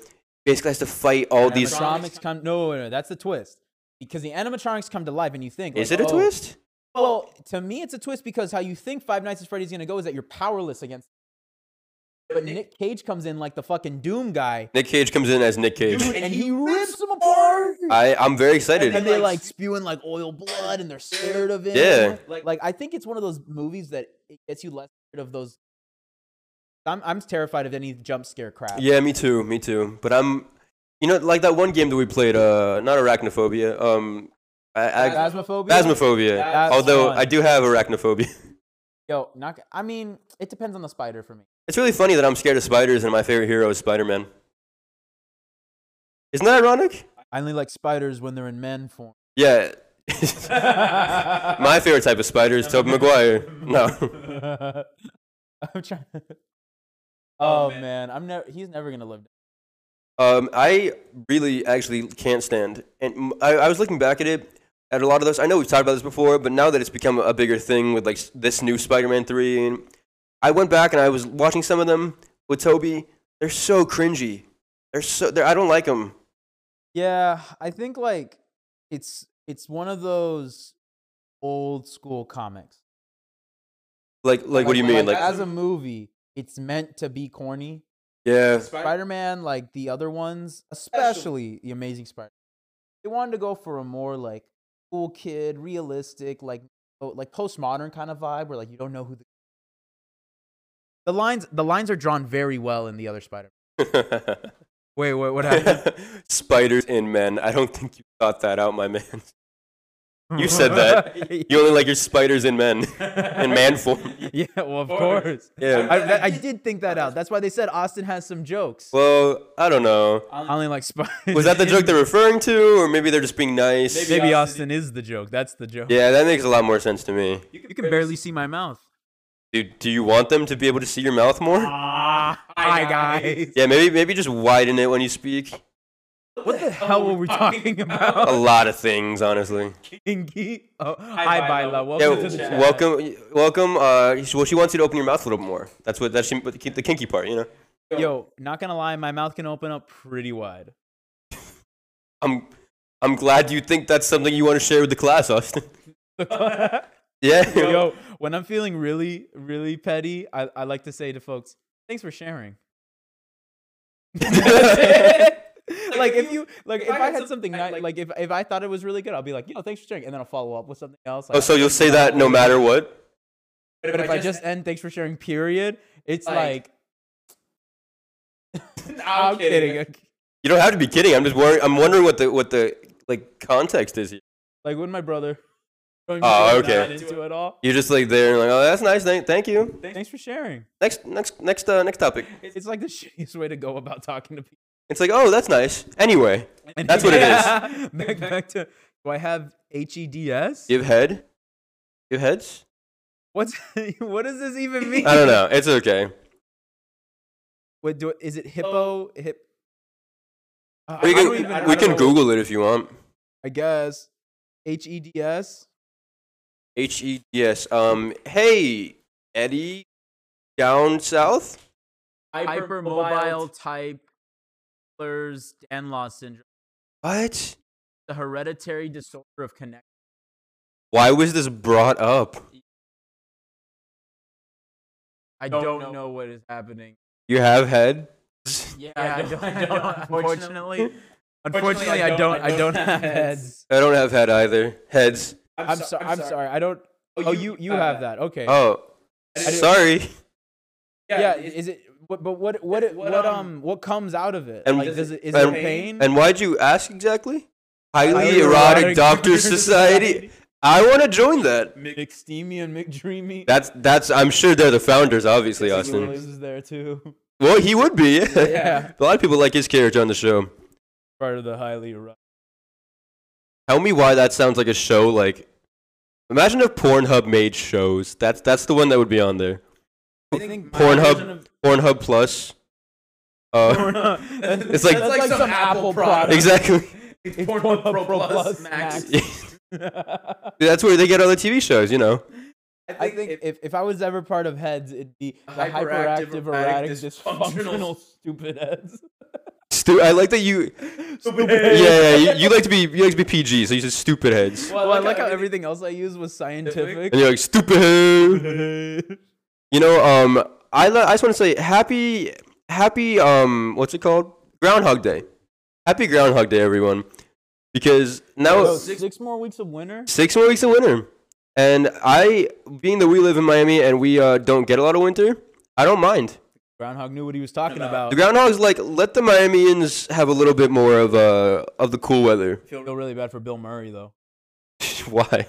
basically has to fight all these. animatronics come. No, no, no, that's the twist. Because the animatronics come to life, and you think, Is like, it a oh, twist? Well, to me, it's a twist because how you think Five Nights at Freddy's is gonna go is that you're powerless against. But Nick Cage comes in like the fucking Doom guy, Nick Cage comes in as Nick Cage. and he rips them apart. I, I'm very excited. And they like spewing like oil blood, and they're scared of it. Yeah. Like, like I think it's one of those movies that it gets you less scared of those. I'm I'm terrified of any jump scare crap. yeah, me too, me too. But I'm, you know, like that one game that we played. Uh, not arachnophobia. Um, I, I, Phasmophobia. phasmophobia. That's Although fun. I do have arachnophobia. Yo, not. I mean, it depends on the spider for me. It's really funny that I'm scared of spiders and my favorite hero is Spider-Man. Isn't that ironic? I only like spiders when they're in men form. Yeah. My favorite type of spider is Tobey Maguire. No. I'm trying. Oh, man. I'm never. He's never gonna live. Um, I really actually can't stand. And m- I, I was looking back at it, at a lot of those. I know we've talked about this before, but now that it's become a bigger thing with like s- this new Spider-Man 3, and I went back and I was watching some of them with Toby. They're so cringy. They're so. They're, I don't like them. Yeah, I think like it's it's one of those old school comics. Like, like, what do you mean? Like, as a movie, it's meant to be corny. yeah, Spider Man, like the other ones, especially the Amazing Spider. They wanted to go for a more like cool kid, realistic, like oh, like postmodern kind of vibe, where like you don't know who the the lines the lines are drawn very well in the other Spider. Wait, wait, what spiders in men. I don't think you thought that out, my man. You said that. You only like your spiders in men, in man form. yeah, well, of course. Yeah. I, that- I did think that out. That's why they said Austin has some jokes. Well, I don't know. I only like Spider. Was that the joke they're referring to, or maybe they're just being nice? Maybe Austin is the joke. That's the joke. Yeah, that makes a lot more sense to me. You can barely see my mouth. Dude, do you want them to be able to see your mouth more? Ah, hi guys. Yeah, maybe maybe just widen it when you speak. What the hell were we talking A about? lot of things, honestly. Kinky. Oh, hi, Bila. Yeah, Welcome to w- the chat. welcome, welcome. Uh, she- well, she wants you to open your mouth a little more. That's what that's she- the kin- the kinky part, you know. Yo, not gonna lie, my mouth can open up pretty wide. I'm I'm glad you think that's something you want to share with the class, Austin. Yeah. Yo, when I'm feeling really, really petty, I, I like to say to folks, "Thanks for sharing." like if you like if, I, had something ni- like, if if I thought it was really good, I'll be like, "Yo, thanks for sharing," and then I'll follow up with something else. oh, like, so you'll say that no matter what. but if I just end "Thanks for sharing," period, it's like, I'm kidding. okay. You don't have to be kidding. I'm just worried. I'm wondering what the what the like context is. here. Like when my brother. Oh, not okay. Into it all. You're just like there, and like, oh, that's nice. Thank, thank you. Thanks for sharing. Next, next, next, uh, next topic. It's like the shittiest way to go about talking to people. It's like, oh, that's nice. Anyway, that's what it is. it is. back, back to do I have H E D S? Give head. Give heads. What's what does this even mean? I don't know. It's okay. Wait, do, is it hippo? Hip. Uh, We I can, don't even- I we don't can know. Google it if you want. I guess. H E D S. H E D S. Um. Hey, Eddie, down south. Hypermobile type Ehlers Danlos syndrome, What? the hereditary disorder of connection. Why was this brought up? I Don't don't, know. know. what is happening. You have head. Yeah, I don't- I don't- unfortunately, Unfortunately, I don't. I don't have heads. I don't have head either. Heads. I'm, sorry. I'm sorry. I don't. Oh, you you have that. Okay. Oh, didn't- sorry. yeah, Is it? What, but what what it- what, um what comes out of it? And- like, does it is and- it pain? And why'd you ask exactly? Highly Highly Erotic Erotic Doctors Doctors Society. I want to join that. McSteamy and McDreamy. That's that's. I'm sure they're the founders, obviously, Austin. Williams is there too. Well, he would be. Yeah. A lot of people like his character on the show. Part of the highly erotic. Tell me why that sounds like a show. Like, imagine if Pornhub made shows. That's that's the one that would be on there. I think Pornhub, Pornhub Plus. Uh, that's, It's like- that's like some Apple product. exactly. It's Pornhub Pro, Plus, Max. that's where they get all the TV shows. You know. I think if, if I was ever part of heads, it'd be the hyperactive, hyperactive, erratic, erratic, dysfunctional, dysfunctional, stupid heads. Stu- I like that you. Stupid Yeah, yeah. You, you like to be you like to be PG, so you said stupid heads, Well, I like how everything else I used was scientific. and you're like stupid head. You know, um, I lo- I just want to say happy happy um, what's it called? Groundhog Day. Happy Groundhog Day, everyone, because now Bro, six, more weeks of winter. six more weeks of winter. And I, being that we live in Miami and we uh, don't get a lot of winter, I don't mind. Groundhog knew what he was talking about. The groundhog's like, let the Miamians have a little bit more of uh of the cool weather. I feel really bad for Bill Murray though. Why?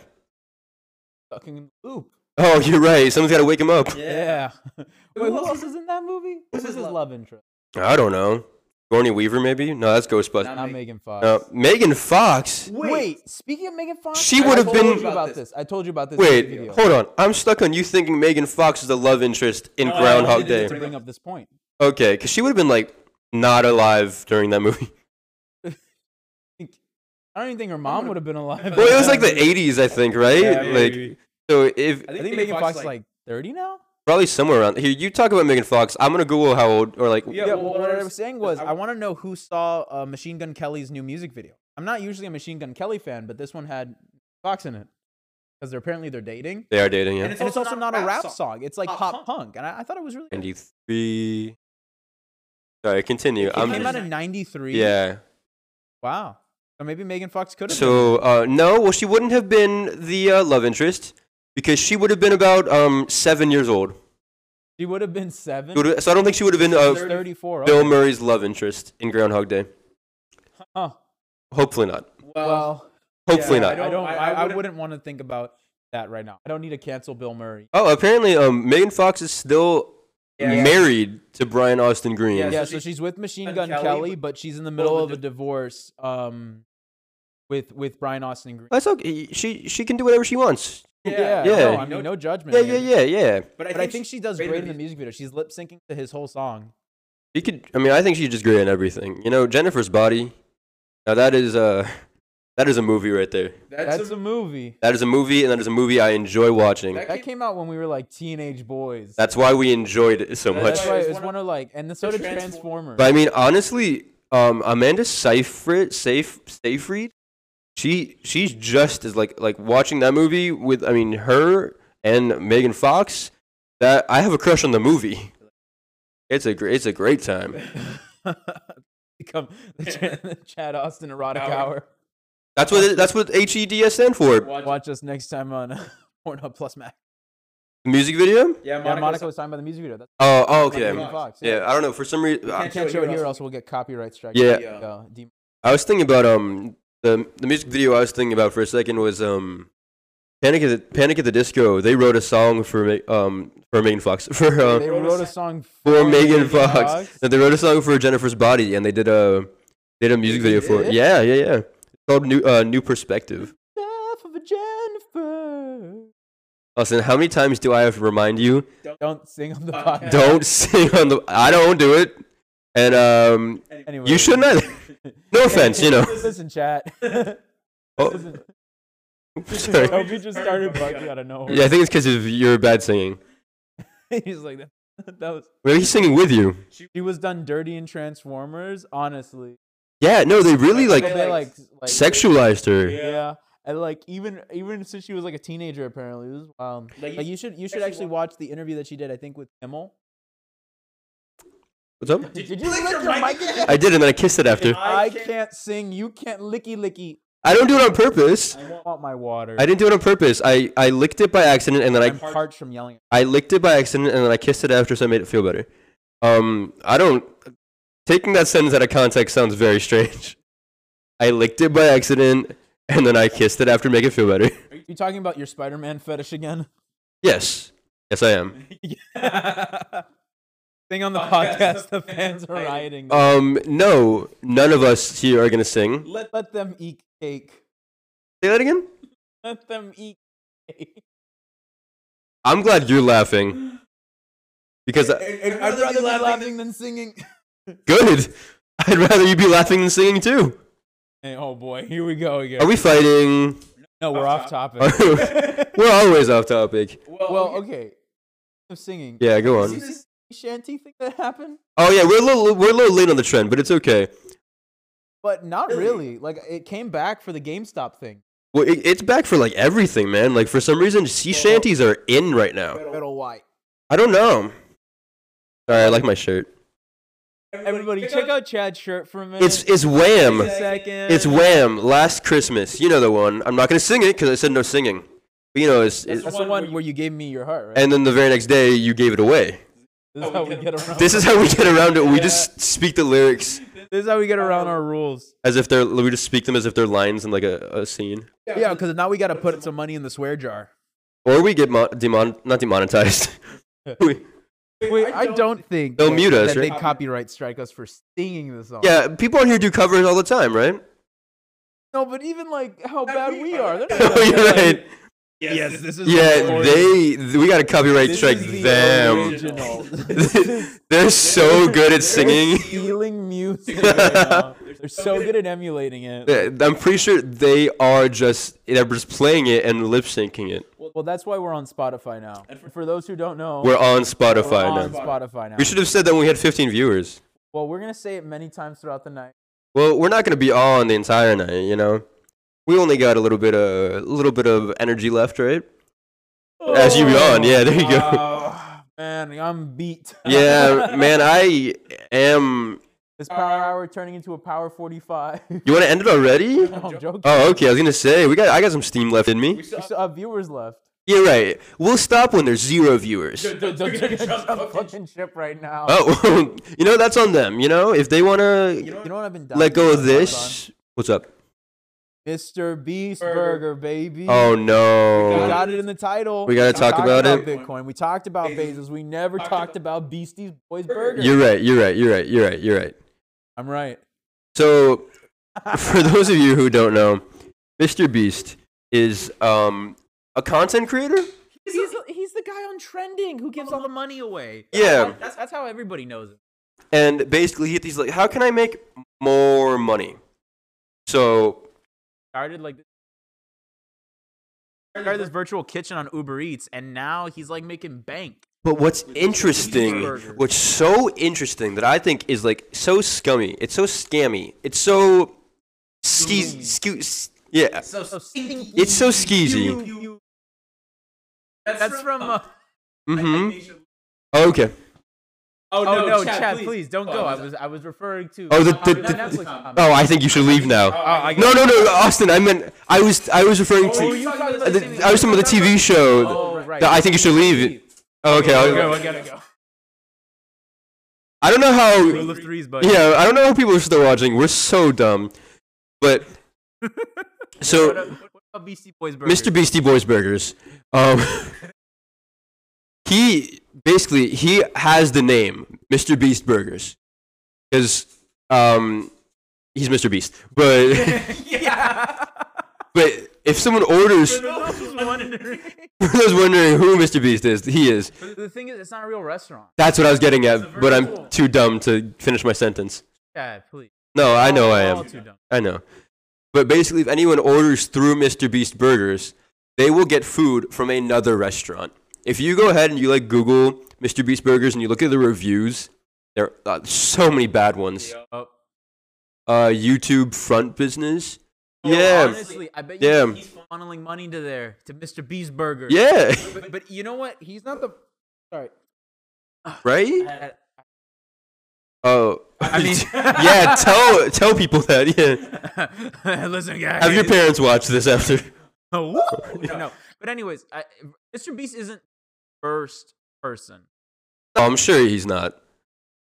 Fucking in the loop. Oh, you're right. Someone's got to wake him up. Yeah. Wait, who else is in that movie? This is his love interest. I don't know. Gorny Weaver, maybe? No, that's Ghostbusters. Not Megan Fox. No, Megan Fox. Wait, speaking of Megan Fox, She I would've told been- you about this. I told you about this. in the Wait, video. hold on. I'm stuck on you thinking Megan Fox is the love interest in Oh, No, I Groundhog didn't do Day. it to bring up this point. Okay, because she would have been like not alive during that movie. I think- I don't even think her mom would have been alive. Well, it was like the 80s, I think, right? like, so if I think Megan Fox is like 30 now. Probably somewhere around here. You talk about Megan Fox. I'm gonna Google how old or like. Yeah, Yeah, well, well, what what I I was- was saying was I want to know who saw uh, Machine Gun Kelly's new music video. I'm not usually a Machine Gun Kelly fan, but this one had Fox in it because they're apparently they're dating. They are dating. Yeah. And And it's also not a rap song. It's like Pop pop punk. punk, and I, I thought it was really. Good. It 93. Sorry, continue. I'm came out just, in '93. yeah. Wow. So maybe Megan Fox could have. So uh, no, well, she wouldn't have been the uh, love interest because she would have been about um seven years old. she would have been seven. Oh, She would've- So I don't think she would have been She's uh, 34. Bill Okay. Murray's love interest in Groundhog Day. Huh. Hopefully not. Well, Hopefully Yeah, I not. I don't. I- I, I I, wouldn't- wouldn't, want to think about that right now. I don't need to cancel Bill Murray. Oh, apparently, um, Megan Fox is still Yeah. married to Brian Austin Green. Yeah, so Yeah, so she- she's with Machine and Gun Kelly, Kelly, but- but she's in the middle the of a divorce um, with with Brian Austin Green. That's okay. She she can do whatever she wants. Yeah, Yeah. No, I mean, no judgment. Yeah, here. yeah, yeah, yeah. But But I think she does great in the music video. She's lip syncing to his whole song. You could. I mean, I think she's just great in everything. You know, Jennifer's body. Now that is uh, that is a movie right there. That's, That's a movie. That is a movie, and that is a movie I enjoy watching. That That came- came out when we were like teenage boys. That's why we enjoyed it so That's much. That's why why it's it's one one of like, and so the did Transformers. But I mean, honestly, um, Amanda Seyfried, Seyf, Seyfried, she she's just as like like watching that movie with. I mean, her and Megan Fox. That I have a crush on the movie. It's a great, it's a great time. Become the Chad, the Chad Austin erotic Hour. hour. That's what it, that's what HEDS stand for. Watch- Watch us next time on uh, Pornhub Plus Max. Music video? yeah, Yeah, Monica, Monica was talking about the music video. That's Oh, oh Megan okay. Megan Fox. Yeah, I don't know. For some uh, reason, I can't show it here, or else we'll get copyright strike. Yeah. Yeah. Uh, dem- I was thinking about um the the music video I was thinking about for a second was um Panic at the Panic at the Disco. They wrote a song for Ma- um for Megan Fox for uh, They wrote a song for Megan Fox. No, they wrote a song for Jennifer's Body, and they did a they did a music video for it. Yeah, yeah, yeah. It's called New uh, New Perspective. Death of a Jennifer. Austin, how many times do I have to remind you? Don't sing on the podcast. Don't sing on the. I don't do it, and um, Anyway, you shouldn't either. No offense, you know. This isn't chat. Oh, sorry. Toby just started barking out of nowhere. Yeah, I think it's because of your bad singing. He's like, that, that was. Maybe he's singing with you. She was done dirty in Transformers. Honestly, Yeah, no, they really like they like, like sexualized her. Yeah. And like even even since she was like a teenager, apparently it was wild. Like, you should you should actually watch the interview that she did. I think with Kimmel. What's up? Did, you lick your mic? again? I did, and then I kissed it after. I can't sing. You can't licky licky. I don't do it on purpose. I want my water. I didn't do it on purpose. I, I licked it by accident, and then I'm I parched from yelling. I licked it by accident, and then I kissed it after, so I made it feel better. Um, I don't. Taking that sentence out of context sounds very strange. I licked it by accident, and then I kissed it after, to make it feel better. Are you talking about your Spider-Man fetish again? Yes, yes, I am. Thing on the podcast, the fans are rioting. Um, no, none of us here are gonna sing. let, let them eat cake. Say that again. Let them eat cake. I'm glad you're laughing because I, I'd rather be laughing than singing. Good. I'd rather you be laughing than singing too. Hey, oh boy, here we go again. Are we fighting? no, we're off topic. We're always off topic. well, okay. Of singing. Yeah, go on. This shanty thing that happened, Oh yeah, we're a little we're a little late on the trend, but it's okay. but not really. Like it came back for the GameStop thing. Well, it, it's back for like everything, man. Like for some reason, sea shanties are in right now. Metal white. I don't know. Sorry, I like my shirt. Everybody, check out Chad's shirt for a minute. It's it's Wham. a second. Um, It's Wham. Last Christmas, you know the one. I'm not gonna sing it because I said no singing. But you know, it's, it's That's the one where you gave me your heart, right? and then the very next day you gave it away. This is how we get around. This is how we get around it. We just speak the lyrics This is how we get around our rules. as if they're we just speak them as if they're lines in like a, a scene. Yeah, because now we got to put some money in the swear jar. Or we get mon- demon- not demonetized. We- Wait, I don't think They'll that- mute us, that right? they copyright strike us for singing the song. yeah, people on here do covers all the time, right? No, but even like how bad we are. They're not Oh, gonna you're be like, right. Yes, this is Yeah, they th- we gotta copyright strike them. They're so good at singing. Stealing music. right now. They're so good at emulating it. I'm pretty sure they are just they're just playing it and lip syncing it. Well, that's why we're on Spotify now. And for those who don't know, We're on we're Spotify on now. Spotify now. We should have said that when we had 15 viewers. Well, we're gonna say it many times throughout the night. Well, we're not gonna be on the entire night, you know. We only got a little bit of a little bit of energy left, right? As you yawn, yeah, there you go. Oh, man, I'm beat. Yeah, man, I am. This power hour turning into a power 45. You want to end it already? no, I'm joking. Oh, okay. I was gonna say we got I got some steam left in me. We still have viewers left. Yeah, right. We'll stop when there's zero viewers. Dude, they're gonna jump fucking ship right now. Oh, you know that's on them. You know if they wanna You know what I've been dying let go to of talk this. What's up? about? Mr. Beast Burger, baby. Oh We no. got it in the title. We gotta talk talked about it. Bitcoin. We talked about Bezos. We never talked about Beastie Boys Burger. You're right. You're right. You're right. You're right. You're right. I'm right. So, for those of you who don't know, Mr. Beast is um a content creator. He's, he's the guy on trending who gives all the money away. Yeah. That's, that's how everybody knows it. and basically he he's like how can i make more money so Started like this. Started this virtual kitchen on Uber Eats, and now he's like making bank. but what's interesting Cheeseburgers. what's so interesting that i think is like so scummy it's so scammy it's so ski skew s- yeah So, it's so skeezy that's, from. uh, mm-hmm oh, okay oh, no, Chad, please, don't go. I was I was referring to. oh the, the, Not Netflix. the comment. oh i think you should leave now Oh, I no no no austin i meant i was i was referring to you talking about uh, the- the same i was talking about the tv show Oh, right. that i think you should leave oh, okay Go, I'll, I gotta go. i don't know how Rule of threes, buddy. Yeah, I don't know how people are still watching. We're so dumb. But so about Beastie Boys burgers. Mr. Beastie Boys Burgers. Um, he basically he has the name Mr. Beast Burgers because um, he's Mr. Beast. But yeah. but if someone orders, For those who's wondering- I was wondering who Mr. Beast is. He is. But the thing is, it's not a real restaurant. That's what I was getting at, very but I'm cool. too dumb to finish my sentence. Yeah, please. No, I know All- I all am. too dumb. I know. But basically, if anyone orders through Mr. Beast Burgers, they will get food from another restaurant. If you go ahead and you like Google Mr. Beast Burgers and you look at the reviews, there are uh, so many bad ones. Oh, Uh, YouTube front business. Oh, yeah, Honestly, I bet you Yeah. he's funneling money to there to Mr. B's Burger. yeah, But, but you know what? He's not the. Sorry. right? I, Oh, I mean, yeah. Tell tell people that. Yeah, Listen, guys. have your parents watch this after. Woo! no, but anyways, I, Mr. Beast isn't first person. Oh, I'm sure he's not.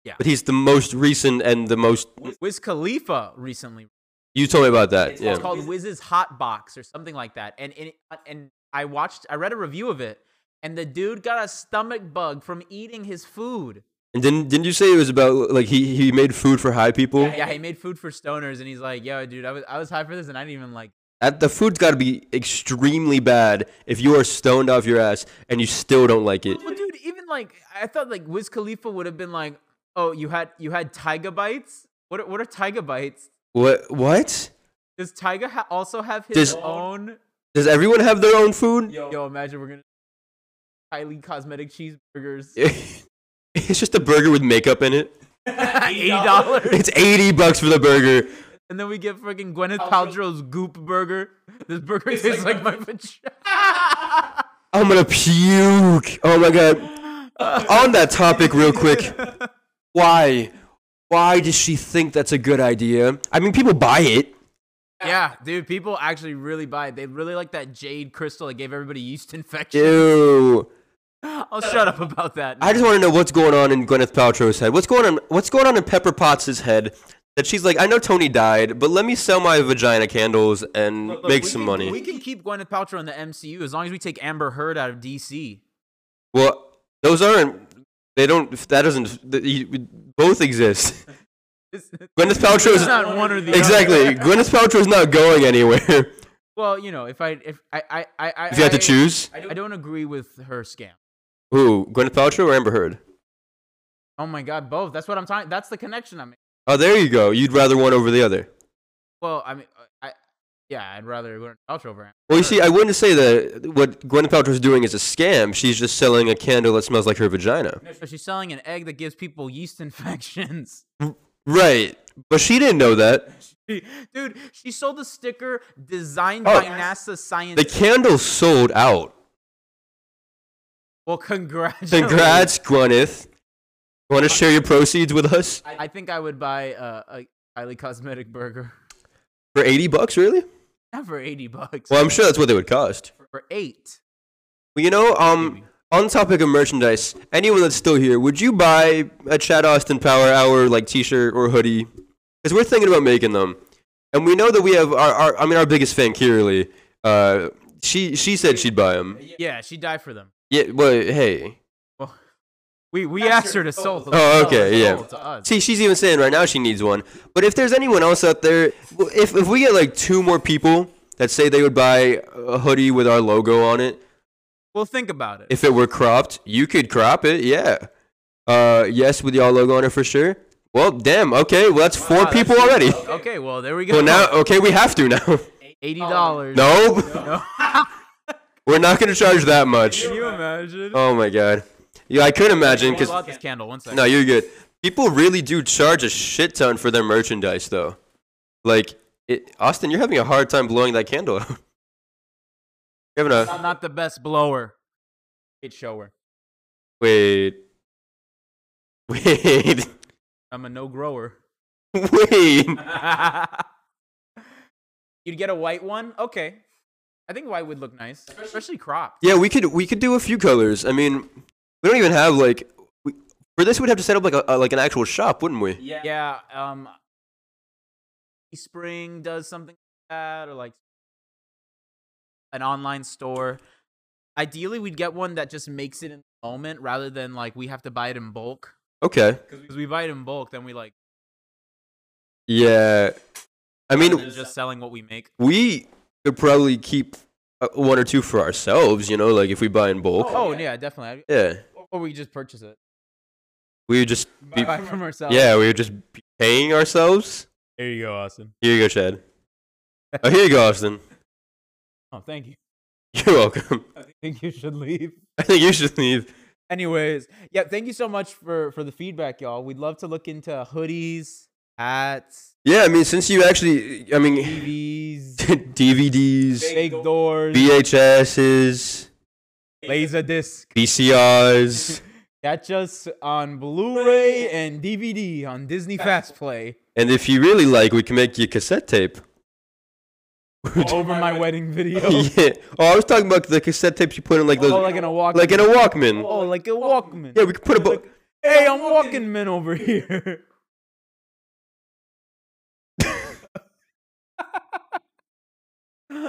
Yeah. But he's the most recent and the most. Wiz Khalifa recently. You told me about that. It's yeah. called Wiz's Hot Box or something like that. And and and I watched. I read a review of it, and the dude got a stomach bug from eating his food. And didn't didn't you say it was about like he he made food for high people? Yeah, he made food for stoners, and he's like, "Yo, dude, I was I was high for this, and I didn't even like." That the food's got to be extremely bad if you are stoned off your ass and you still don't like it. Well, dude, even like I thought, like Wiz Khalifa would have been like, "Oh, you had you had Tyga bites. What are, what are Tyga bites? What what? Does Tyga ha- also have his Does- own? Does everyone have their own food? Yo. imagine we're gonna Kylie cosmetic cheeseburgers, it's just a burger with makeup in it. eight dollars, It's eighty bucks for the burger. and then we get freaking Gwyneth Paltrow's Goop burger. This burger tastes like, my vagina. I'm gonna puke. Oh my god. On that topic, real quick. Why? Why does she think that's a good idea? I mean, people buy it. yeah, dude, people actually really buy it. They really like that jade crystal that gave everybody yeast infection. Ew. I'll shut up about that. I just want to know what's going on in Gwyneth Paltrow's head. What's going on? What's going on in Pepper Potts' head? That she's like, I know Tony died, but let me sell my vagina candles and Look, make we some can- money. We can keep Gwyneth Paltrow in the MCU as long as we take Amber Heard out of DC. well, those aren't. They don't. That doesn't. th- you- both exist. It's, Gwyneth Paltrow's it's not one or the other. exactly. Gwyneth Paltrow's not going anywhere. Well, you know, if I if I I I, I if you had to I- choose, I don't, I don't agree with her scam. who? Gwyneth Paltrow or Amber Heard? Oh my God, both. That's what I'm talking. That's the connection I'm. Oh, there you go. You'd rather one over the other. Well, I mean, I yeah, I'd rather Gwyneth Paltrow over Amber. Well, you see, I wouldn't say that what Gwyneth Paltrow's doing is a scam. She's just selling a candle that smells like her vagina. But she's selling an egg that gives people yeast infections. Right. But she didn't know that. Dude, she sold a sticker designed Oh. by NASA The scientists. candle sold out. well, congratulations. Congrats, Gwyneth. Want to share your proceeds with us I think I would buy uh, a highly cosmetic burger. for 80 bucks, really? Not for 80 bucks. Well, I'm sure that's what they would cost. For eight. Well, you know, um, on topic of merchandise, anyone that's still here, would you buy a Chad Austin Power Hour like T-shirt or hoodie? Because we're thinking about making them, and we know that we have our, our I mean, our biggest fan, Kiralee. Uh, she she said she'd buy them. Yeah, she died for them. Yeah. Well, hey. We we asked her to sell them. Oh, okay, yeah. To us. See, she's even saying right now she needs one. But if there's anyone else out there, w- if, if we get like two more people that say they would buy a hoodie with our logo on it, Well, think about it. if it were cropped, you could crop it, yeah. Uh, yes, with y'all logo on it for sure. Well, damn. Okay, well that's four Wow, that's people good. already. okay, well, there we go. Well now, okay, we have to now. eighty dollars. no, we're not gonna charge that much. Can you imagine? Oh my god. Yeah, I could imagine because about this candle. One second. No, you're good. People really do charge a shit ton for their merchandise, though. Like, it, Austin, you're having a hard time blowing that candle out. uh, You're having a I'm not the best blower. It's shower. wait, wait, I'm a no grower. wait. You'd get a white one. Okay, I think white would look nice, especially cropped. Yeah, we could we could do a few colors. I mean, we don't even have like we, for this. We'd have to set up like a, a- like an actual shop, wouldn't we? Yeah. um, Spring does something like that, or like an online store. Ideally, we'd get one that just makes it in the moment rather than like we have to buy it in bulk. Okay. Because we buy it in bulk, then we like Yeah. I mean, rather than just selling what we make. we could probably keep uh, one or two for ourselves, you know, like if we buy in bulk. Oh, yeah. definitely. Yeah. Or we just purchase it. We would just be, Buy from ourselves. yeah, we would just be paying ourselves. There you go, Austin. Here you go, Chad. Oh, here you go, Austin. Oh, thank you. You're welcome. I think you should leave. I think you should leave. Anyways, yeah, thank you so much for for the feedback, y'all. We'd love to look into hoodies, hats, Yeah, I mean, since you actually, I mean, TVs, DVDs, fake doors, VHSs, laser disc. VCRs, Catch us on Blu-ray and DVD on Disney Fast Play and if you really like, we can make you a cassette tape. over Oh my wedding video. yeah. Oh, I was talking about the cassette tapes you put in like those, Oh, like, like in a walk. in a Walkman. oh, like a Walkman. Yeah, we could put a book. Hey, I'm walking men over here.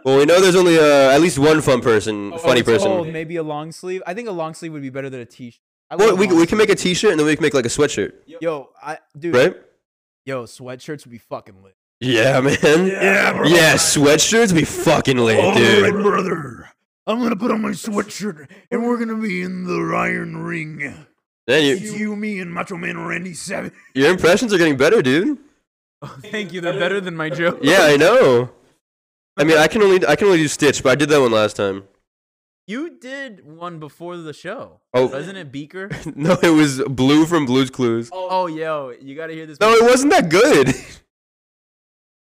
Well, we know there's only uh, at least one fun person, Oh, funny it's cold, person. Maybe a long sleeve. I think a long sleeve would be better than a t-shirt. I Well, love we long we can make a T-shirt and then we can make like a sweatshirt, sleeve. Yo, I dude. right? Yo, sweatshirts would be fucking lit. Yeah, man. Yeah, Oh, yeah sweatshirts be fucking lit, dude. brother. I'm gonna put on my sweatshirt and we're gonna be in the Iron Ring. Then you, me, and Macho Man Randy Savage. your impressions are getting better, dude. Oh, Thank you. They're better than my joke. Yeah, I know. I mean, I can only I can only do Stitch, but I did that one last time. You did one before the show. Oh. wasn't it Beaker? No, it was Blue from Blue's Clues. Oh, yo, you gotta hear this. No, it wasn't that good.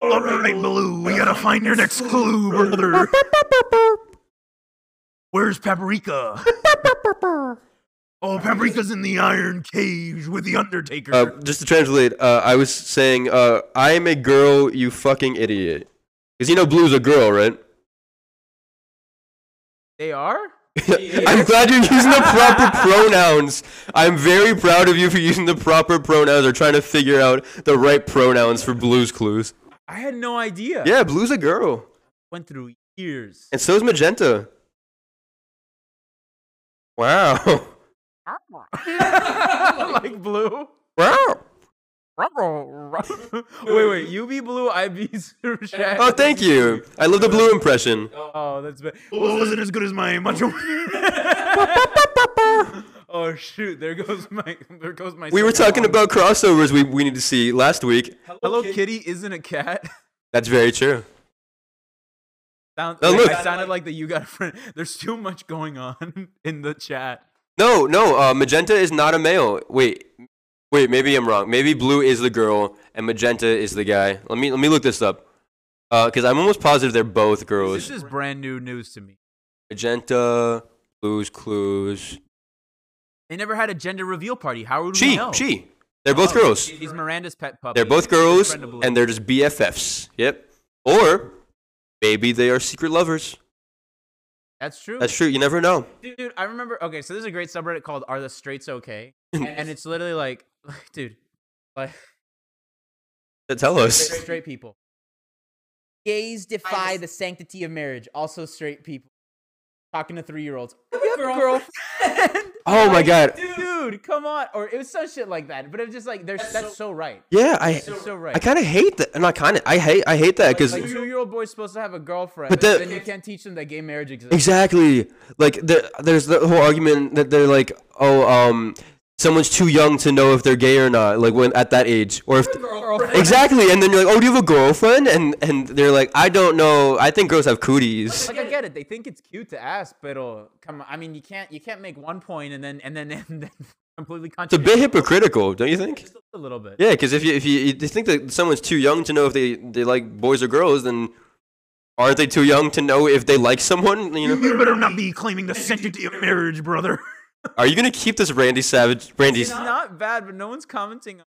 All right, Blue, we gotta find your next clue, brother. Where's Paprika? Oh, Paprika's in the iron cage with the Undertaker. Uh, just to translate, uh, I was saying, uh, I am a girl, you fucking idiot. Because you know Blue's a girl, right? They are. I'm glad you're using the proper pronouns. I'm very proud of you for using the proper pronouns or trying to figure out the right pronouns for Blue's Clues. I had no idea. Yeah, Blue's a girl. Went through years. And so's Magenta. Wow. like blue. Wow. wait, wait. You be blue. I be Shaq. Oh, thank you. I love the blue impression. Oh, that's bad. well, it wasn't as good as my Macho Man. Oh shoot! There goes my. There goes my. We were talking second one. about crossovers we, we need to see last week. Hello Kitty isn't a cat. That's very true. Sound, Oh, like, look. I sounded like the you got a friend. There's too much going on in the chat. No, no, uh, magenta is not a male. Wait, wait, maybe I'm wrong. Maybe blue is the girl and magenta is the guy. Let me let me look this up, because I'm almost positive they're both This girls. is brand new news to me. Magenta, blues, clues. They never had a gender reveal party. How would we Chi, know? chi. They're both girls. She's Miranda's pet puppy. They're both She's a girls, friend of Blue. and they're just BFFs. Yep. Or maybe they are secret lovers. that's true. That's true. You never know. dude i remember okay so there's a great subreddit called are the straights okay and, and it's literally like dude like To tell us. straight people gays defy the sanctity of marriage also straight people talking to three-year-olds you have a girlfriend Oh my god. dude come on or it was some shit like that but it's just like there's that's, so, right Yeah, I that's so right I kind of hate that. Not kind of. I hate I hate that because like two-year-old boy's supposed to have a girlfriend But but the- then you can't teach them that gay marriage exists Exactly. Like there, there's the whole argument that they're like, oh, um, someone's too young to know if they're gay or not. Like when at that age, or if exactly. And then you're like, oh, do you have a girlfriend? And and they're like, I don't know. I think girls have cooties. Like I get it. They think it's cute to ask, but oh, come on. I mean, you can't you can't make one point and then and then and then completely It's a contradict bit hypocritical, don't you think? just a little bit. Yeah, because if you if you, you think that someone's too young to know if they they like boys or girls, then aren't they too young to know if they like someone? You know, you better not be claiming the sanctity of marriage, brother. are you gonna keep this Randy Savage? It's Randy's. not bad, but no one's commenting on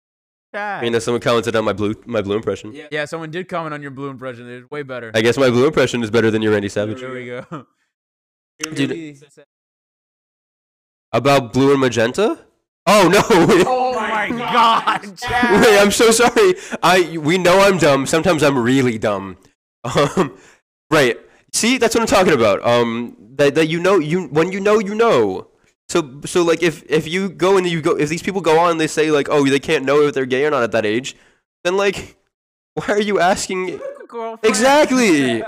that. I mean, someone commented on my blue my blue impression. yeah. someone did comment on your blue impression. It's way better. I guess my blue impression is better than your Randy Savage. there we go. Dude, About blue and magenta? Oh no! Wait, oh my god, Chad. wait, I'm so sorry. I we know I'm dumb. Sometimes I'm really dumb. Um, right. See, that's what I'm talking about. Um, that, that you know you when you know you know. So so like if if you go and you go if these people go on and they say like oh they can't know if they're gay or not at that age, then like why are you asking? Girlfriend. Exactly.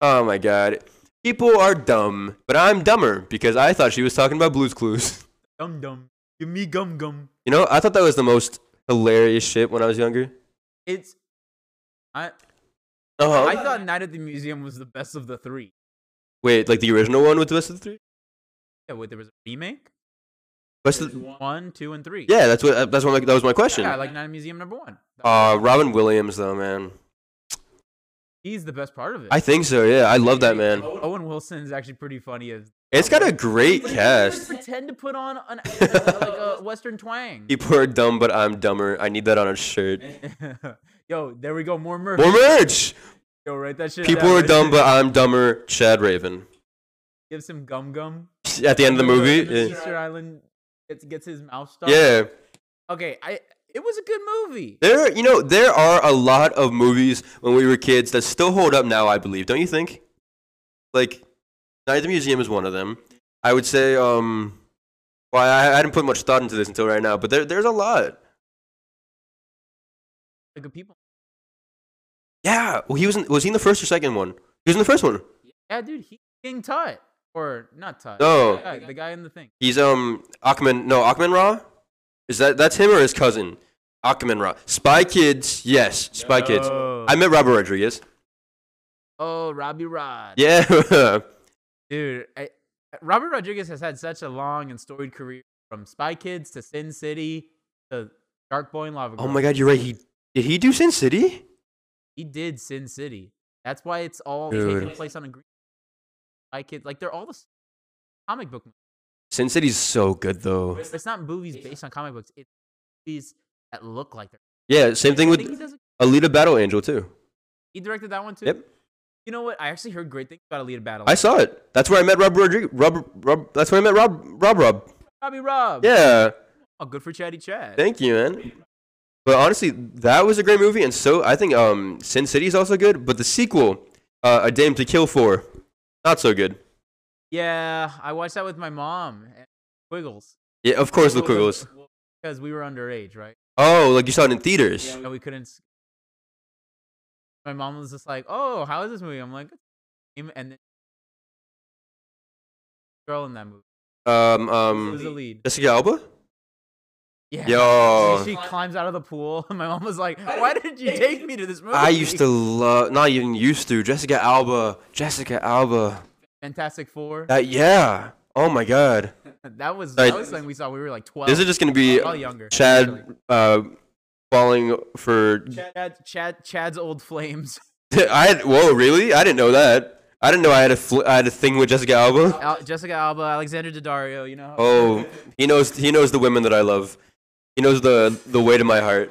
oh my god, people are dumb, but I'm dumber because I thought she was talking about Blue's Clues. Dum dum. Give me gum gum. You know, I thought that was the most hilarious shit when I was younger. It's. I Uh-huh. I thought Night at the Museum was the best of the three. Wait, like the original one with the best of the three? Yeah, wait, there was a remake. Best of One, two, and three. yeah, that's what that's what my, that was my question. Yeah, I like Night at the Museum number one. uh, Robin Williams though, man. He's the best part of it. I think so. Yeah, I love that man. Owen Wilson is actually pretty funny as It's got a great cast. pretend to put on an like a Western twang. People are dumb, but I'm dumber. I need that on a shirt. Yo, there we go. More merch. More merch. Yo, write that shit. People down. are dumb, but I'm dumber. Chad Raven. Give some gum gum. At the end of the movie. Easter Island gets, gets his mouth Yeah. stuck. yeah. Okay, I. It was a good movie. There, you know, there are a lot of movies when we were kids that still hold up now. I believe, don't you think? Like, Night at the Museum is one of them. I would say, um, well, I, I hadn't put much thought into this until right now, but there, there's a lot. Like a people. Yeah, well, he was in, was he in the first or second one? He was in the first one. Yeah, dude, he's King Tut or not Tut. No. the guy, the guy in the thing. He's um Ackman. No, Ackman Ra. Is that that's him or his cousin? Ackman Ra. Spy Kids. Yes, Spy Kids. Oh. I met Robert Rodriguez. Oh, Robbie Rod. Yeah. Oh Dude, I, Robert Rodriguez has had such a long and storied career from Spy Kids to Sin City to Dark Boy and Lava Girl. oh my God, you're right. He did he do Sin City? He did Sin City. That's why it's all taking Dude. place on a green. Spy Kids, like they're all the s- comic book movies. Sin City's so good though. But It's not movies based on comic books. It's movies that look like they're. Yeah, same thing I with think he, does a- Alita Battle Angel too. he directed that one too. Yep. You know what? I actually heard great things about Alita Battle. I saw it. That's where I met Robert Rodriguez. Rob, Rob, that's where I met Rob. Rob. Rob. Robbie Rob. Yeah. Oh, good for Chatty Chad. Thank you, man. But honestly, that was a great movie, and so I think um, Sin City is also good. But the sequel, uh, A Dame to Kill For, not so good. yeah, I watched that with my mom. And Wiggles. Yeah, of course, the Quiggles. Because we were underage, right? Oh, like you saw it in theaters. And we couldn't. s- My mom was just like, "Oh, how is this movie?" I'm like, "It's- and then girl in that movie Um, who was the um, lead. Jessica Alba. Yeah. Yo. She, she climbs out of the pool. My mom was like, "Why did you take me to this movie?" I used to love, not even used to, Jessica Alba. Jessica Alba. Fantastic Four. That, That Uh, yeah. Oh my God. was Sorry. that was something we saw. when We were like twelve. This is just gonna be all younger. Chad uh, falling for. Chad, Chad, Chad's old flames. I had, whoa, really? I didn't know that. I didn't know I had a fl- I had a thing with Jessica Alba. Al- Jessica Alba, Alexander Daddario. You know. Oh, he knows. He knows the women that I love. He knows the the way to my heart.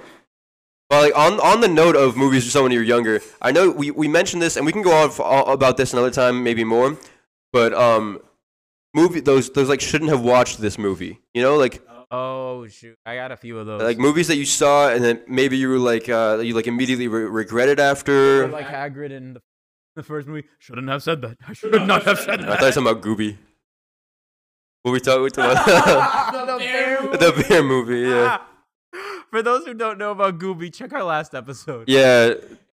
Well, like on on the note of movies for someone you're younger, I know we, we mentioned this, and we can go on for, all about this another time, maybe more. But um, movie those those like shouldn't have watched this movie. You know, like Oh shoot! I got a few of those. like movies that you saw, and then maybe you were like uh, you like immediately re- regretted after. like Hagrid in the, the first movie. Shouldn't have said that. I should not have said I that. thought you were talking about Gooby. What we talking about? the bear movie. the bear movie, yeah. For those who don't know about Gooby, check our last episode Yeah,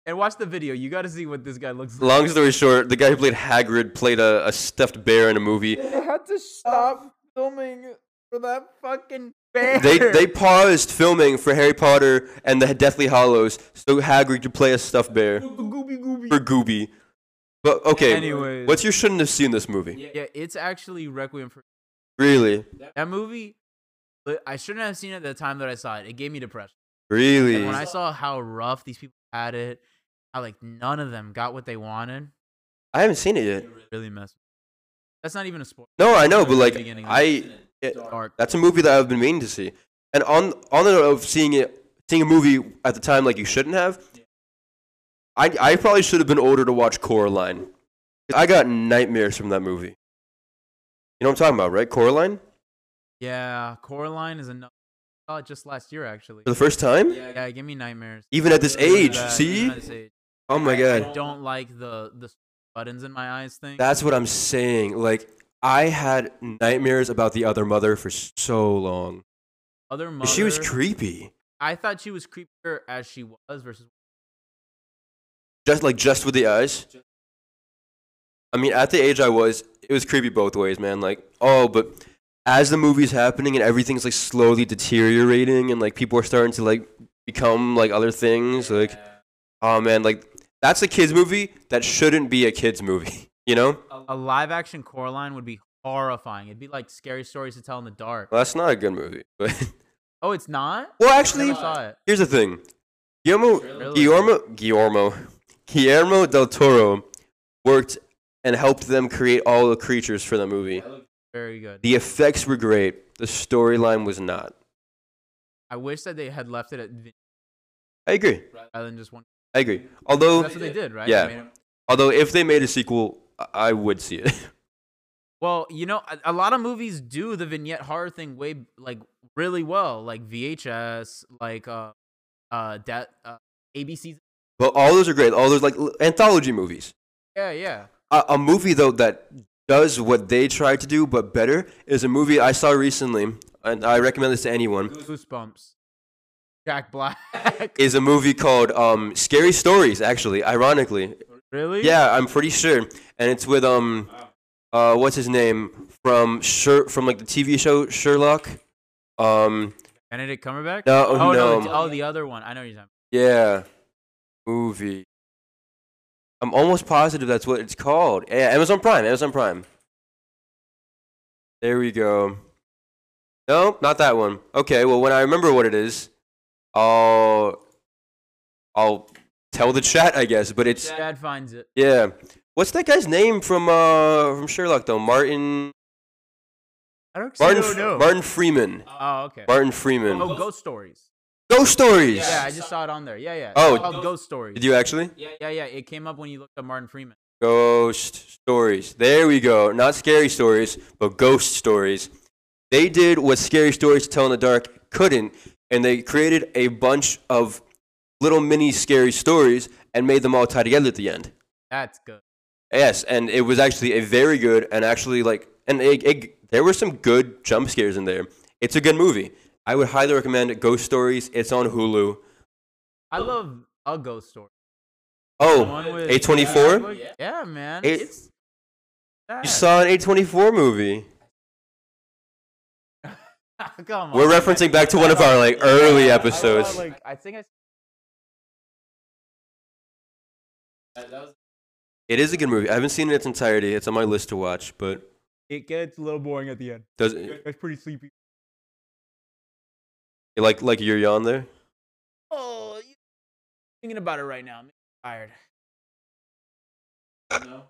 and watch the video. You got to see what this guy looks like. Long story short, the guy who played Hagrid played a, a stuffed bear in a movie. They had to stop filming for that fucking bear. They they paused filming for Harry Potter and the Deathly Hollows so Hagrid could play a stuffed bear Gooby Gooby. for Gooby. But okay, Anyways. what's your shouldn't have seen this movie? Yeah, it's actually Requiem for Really, that movie. But I shouldn't have seen it at the time that I saw it. It gave me depression. really. When I saw how rough these people had it, I like none of them got what they wanted. I haven't seen it yet. Really messed. That's not even a spoiler. No, I know, but like Beginning of I, it- Dark. that's a movie that I've been meaning to see. And on on the note of seeing it, seeing a movie at the time like you shouldn't have, I I probably should have been older to watch Coraline. I got nightmares from that movie. You know what I'm talking about, right? Coraline Yeah, Coraline is another. I saw it just last year, actually. for the first time, Yeah, give me nightmares. even at this Really age. bad, See? even at this age. Oh my I god. don't like the the buttons in my eyes thing. That's what I'm saying. Like I had nightmares about the other mother for so long. Other mother, She was creepy. I thought she was creepier as she was versus. Just like just with the eyes. I mean, at the age I was, it was creepy both ways, man. Like, oh, but as the movie's happening and everything's like slowly deteriorating and like people are starting to like become like other things, like oh man, like that's a kids movie that shouldn't be a kids movie, you know? A live action Coraline would be horrifying. It'd be like scary stories to tell in the dark. Well, that's not a good movie. But Oh, it's not. well, I actually, never saw it. here's the thing: Guillermo, Really? Guillermo, Guillermo, Guillermo del Toro worked and helped them create all the creatures for the movie. Very good. The effects were great. The storyline was not. I wish that they had left it at Vin- I agree. rather than just one. I agree. Although, That's what they did, right? Oh. Yeah. They made it- although if they made a sequel, I- I would see it. Well, you know, a, a lot of movies do the vignette horror thing way like really well, like VHS, like uh, uh, that uh, ABC's. but all those are great. All those like l- anthology movies. Yeah, yeah. a, a movie though that does what they try to do but better is a movie I saw recently, and I recommend this to anyone. Goosebumps. Jack Black. Is a movie called um, Scary Stories. Actually, ironically, really? yeah, I'm pretty sure, and it's with um, uh, what's his name from Sher- from like the TV show Sherlock. Um, Benedict Cumberbatch. No, oh, no. it's- oh, the other one. I know what you're talking. yeah, movie. I'm almost positive that's what it's called. Yeah, Amazon Prime. Amazon Prime. There we go. No, not that one. Okay, well, when I remember what it is, I'll I'll tell the chat, I guess. But it's About. Dad finds it. yeah. What's that guy's name from uh from Sherlock though? Martin I don't Martin actually know. Martin Freeman. Oh, okay. Martin Freeman. Oh, Ghost Stories. Ghost Stories. Yeah, I just saw it on there. Yeah, yeah. Oh. It's called Ghost Stories. Did you actually? yeah, yeah, yeah. It came up when you looked up Martin Freeman. Ghost stories. There we go. Not scary stories, but ghost stories. They did what scary stories to tell in the dark couldn't, and they created a bunch of little mini scary stories and made them all tie together at the end. That's good. Yes, and it was actually a very good and actually like and it, it, there were some good jump scares in there. It's a good movie. I would highly recommend Ghost Stories. It's on Hulu. I love a ghost story. Oh, One with- A24? Yeah, yeah, man. It- it's you sad. saw an A24 movie. Come on. We're referencing back to one of our like early I saw, episodes. like, I think I. It is a good movie. I haven't seen it in its entirety. It's on my list to watch, but It gets a little boring at the end. does you It's pretty sleepy. like like your yawn there? Oh, you- thinking about it right now. I'm tired. No.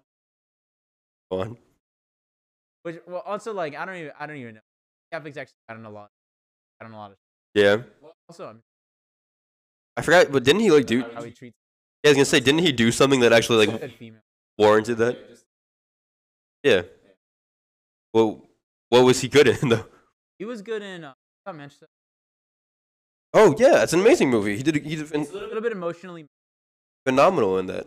Go on. Which well, also like I don't even I don't even know. Netflix actually got on a lot. Got on a lot of. Yeah. Also, I'm I forgot, but didn't he like do? Yeah, how he treats I was gonna say, didn't he do something that actually like said female. warranted that? Yeah. Well, what was he good in though? He was good in. Uh, I mentioned Oh yeah, it's an amazing movie. He did he did a phen- little bit emotionally. phenomenal in that.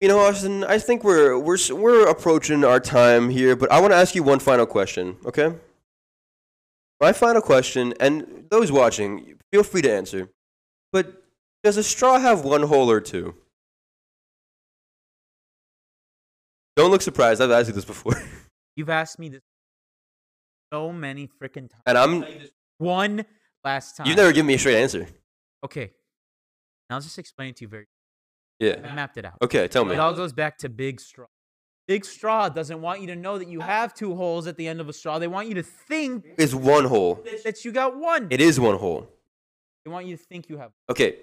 You know, Austin, I think we're we're s- we're approaching our time here, but I want to ask you one final question, okay? My final question, and those watching, feel free to answer. But does a straw have one hole or two? Don't look surprised. I've asked you this before, You've asked me this so many freaking times. and I'm One last time. you've never given me a straight answer. Okay. Now I'll just explain it to you very. I Yeah. mapped it out. Okay, tell me. It all goes back to Big Straw. Big Straw doesn't want you to know that you have two holes at the end of a straw. They want you to think It's one hole. that you got one. It is one hole. They want you to think you have. Okay,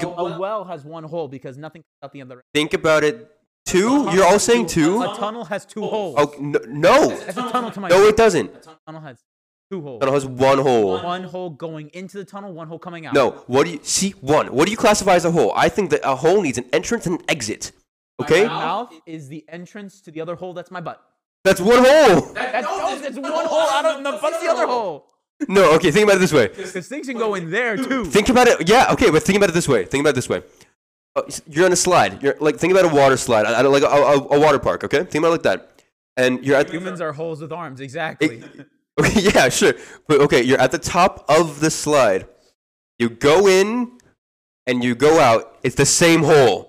A, a well has one hole because nothing comes out the other. think about it. Two? You're all saying two? A tunnel has two holes. Oh no, no, That's a tunnel to my. no, it doesn't. A tunnel has two holes. Tunnel has one hole. One hole going into the tunnel. One hole coming out. No, what do you see? One. What do you classify as a hole? I think that a hole needs an entrance and an exit. Okay, My mouth is the entrance to the other hole. That's my butt. that's one hole. That's, no, that's one hole out of the butt's the other hole. No, okay. Think about it this way. Because things can go in there too. Think about it. Yeah, okay, but think about it this way. Think about it this way. uh, you're on a slide. You're like think about a water slide, I, I, like a, a, a water park. Okay, think about it like that. And you're at Humans are holes with arms, exactly. okay, yeah, sure, but okay, you're at the top of the slide. You go in and you go out. It's the same hole.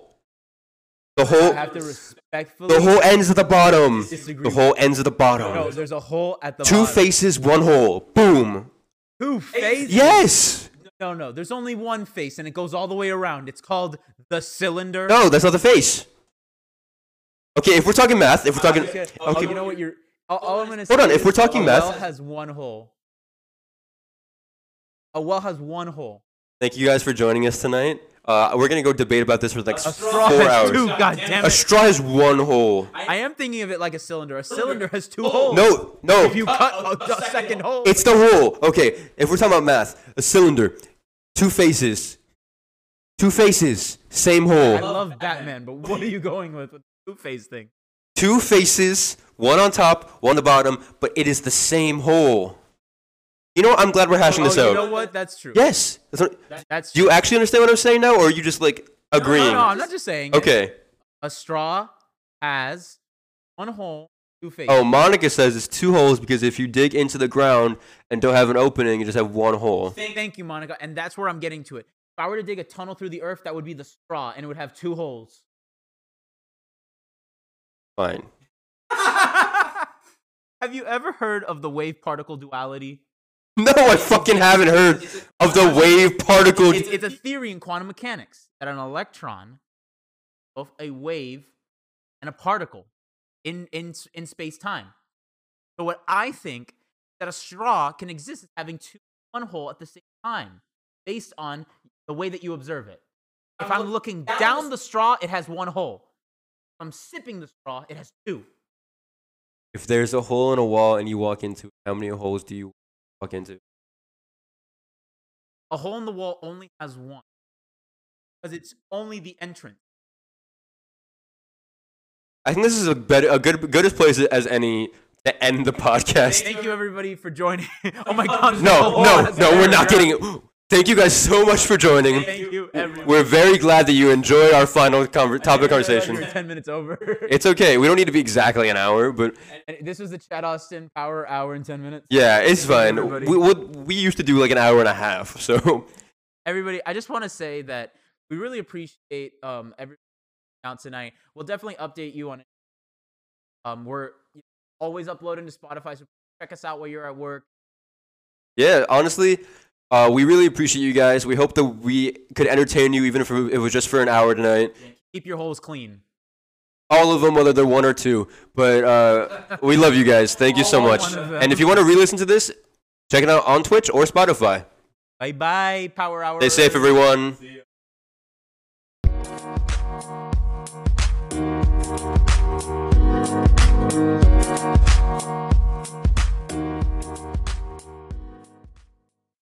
The I hole, have to respectfully. the hole ends at the bottom. The Disagree. hole ends at the No, bottom. there's a hole at the Two bottom. faces, one hole. Boom. Two faces. Yes. No, no. There's only one face, and it goes all the way around. It's called the cylinder. No, that's not the face. Okay, if we're talking math, if we're talking, Okay. oh, okay, You know what? You're. All, all I'm gonna Hold say on, if is we're talking a math- well has one hole. A well has one hole. Thank you guys for joining us tonight. Uh, we're gonna go debate about this for the next straw four has hours. two, God damn A it! straw has one hole. I am thinking of it like a cylinder. A cylinder has two holes. No, no, If you cut Oh, Uh, a, a second hole, it's the hole. Okay, if we're talking about math, a cylinder, two faces, two faces, same I hole, love Batman, but what are you going with with the two phase thing? two faces, one on top, one on the bottom, but it is the same hole. You know, what? I'm glad we're hashing Oh, this you know out. what? That's true. Yes, that's what- That's do you actually understand what I'm saying now, or are you just like No, agreeing? no, I'm not just saying. it. Okay. A straw has one hole, two faces. Oh, Monica says it's two holes because if you dig into the ground and don't have an opening, you just have one hole. Thank, thank you, Monica. And that's where I'm getting to it. If I were to dig a tunnel through the earth, that would be the straw, and it would have two holes. Fine. Have you ever heard of the wave particle duality? No, I fucking haven't heard of the wave particle. It's, it's a theory in quantum mechanics that an electron, both a wave and a particle in, in, s- in space time. So, what I think that a straw can exist as having two one hole at the same time based on the way that you observe it. If I'm looking down the straw, it has one hole. If I'm sipping the straw, it has two. If there's a hole in a wall and you walk into it, how many holes do you walk into? A hole in the wall only has one because it's only the entrance. I think this is a better, a good, goodest place as any to end the podcast. Thank you, everybody, for joining. oh my God! there's a No, hole no, in the no, we're not wall. getting it. Thank you guys so much for joining. Thank you, everyone. We're very glad that you enjoyed our final conver- topic conversation. We're ten minutes over. It's okay. We don't need to be exactly an hour, but And this was the Chad Austin Power Hour in ten minutes. Yeah, it's fine. everybody. We, we we used to do like an hour and a half, so Everybody, I just want to say that we really appreciate um every out tonight. We'll definitely update you on it. Um, we're always uploading to Spotify, so check us out while you're at work. yeah. Honestly, uh, we really appreciate you guys. We hope that we could entertain you, even if it was just for an hour tonight. Keep your holes clean. All of them, whether they're one or two, but uh, we love you guys. Thank you so All much. one of them. And if you want to re-listen to this, check it out on Twitch or Spotify. Bye bye, Power Hour. Stay safe, everyone.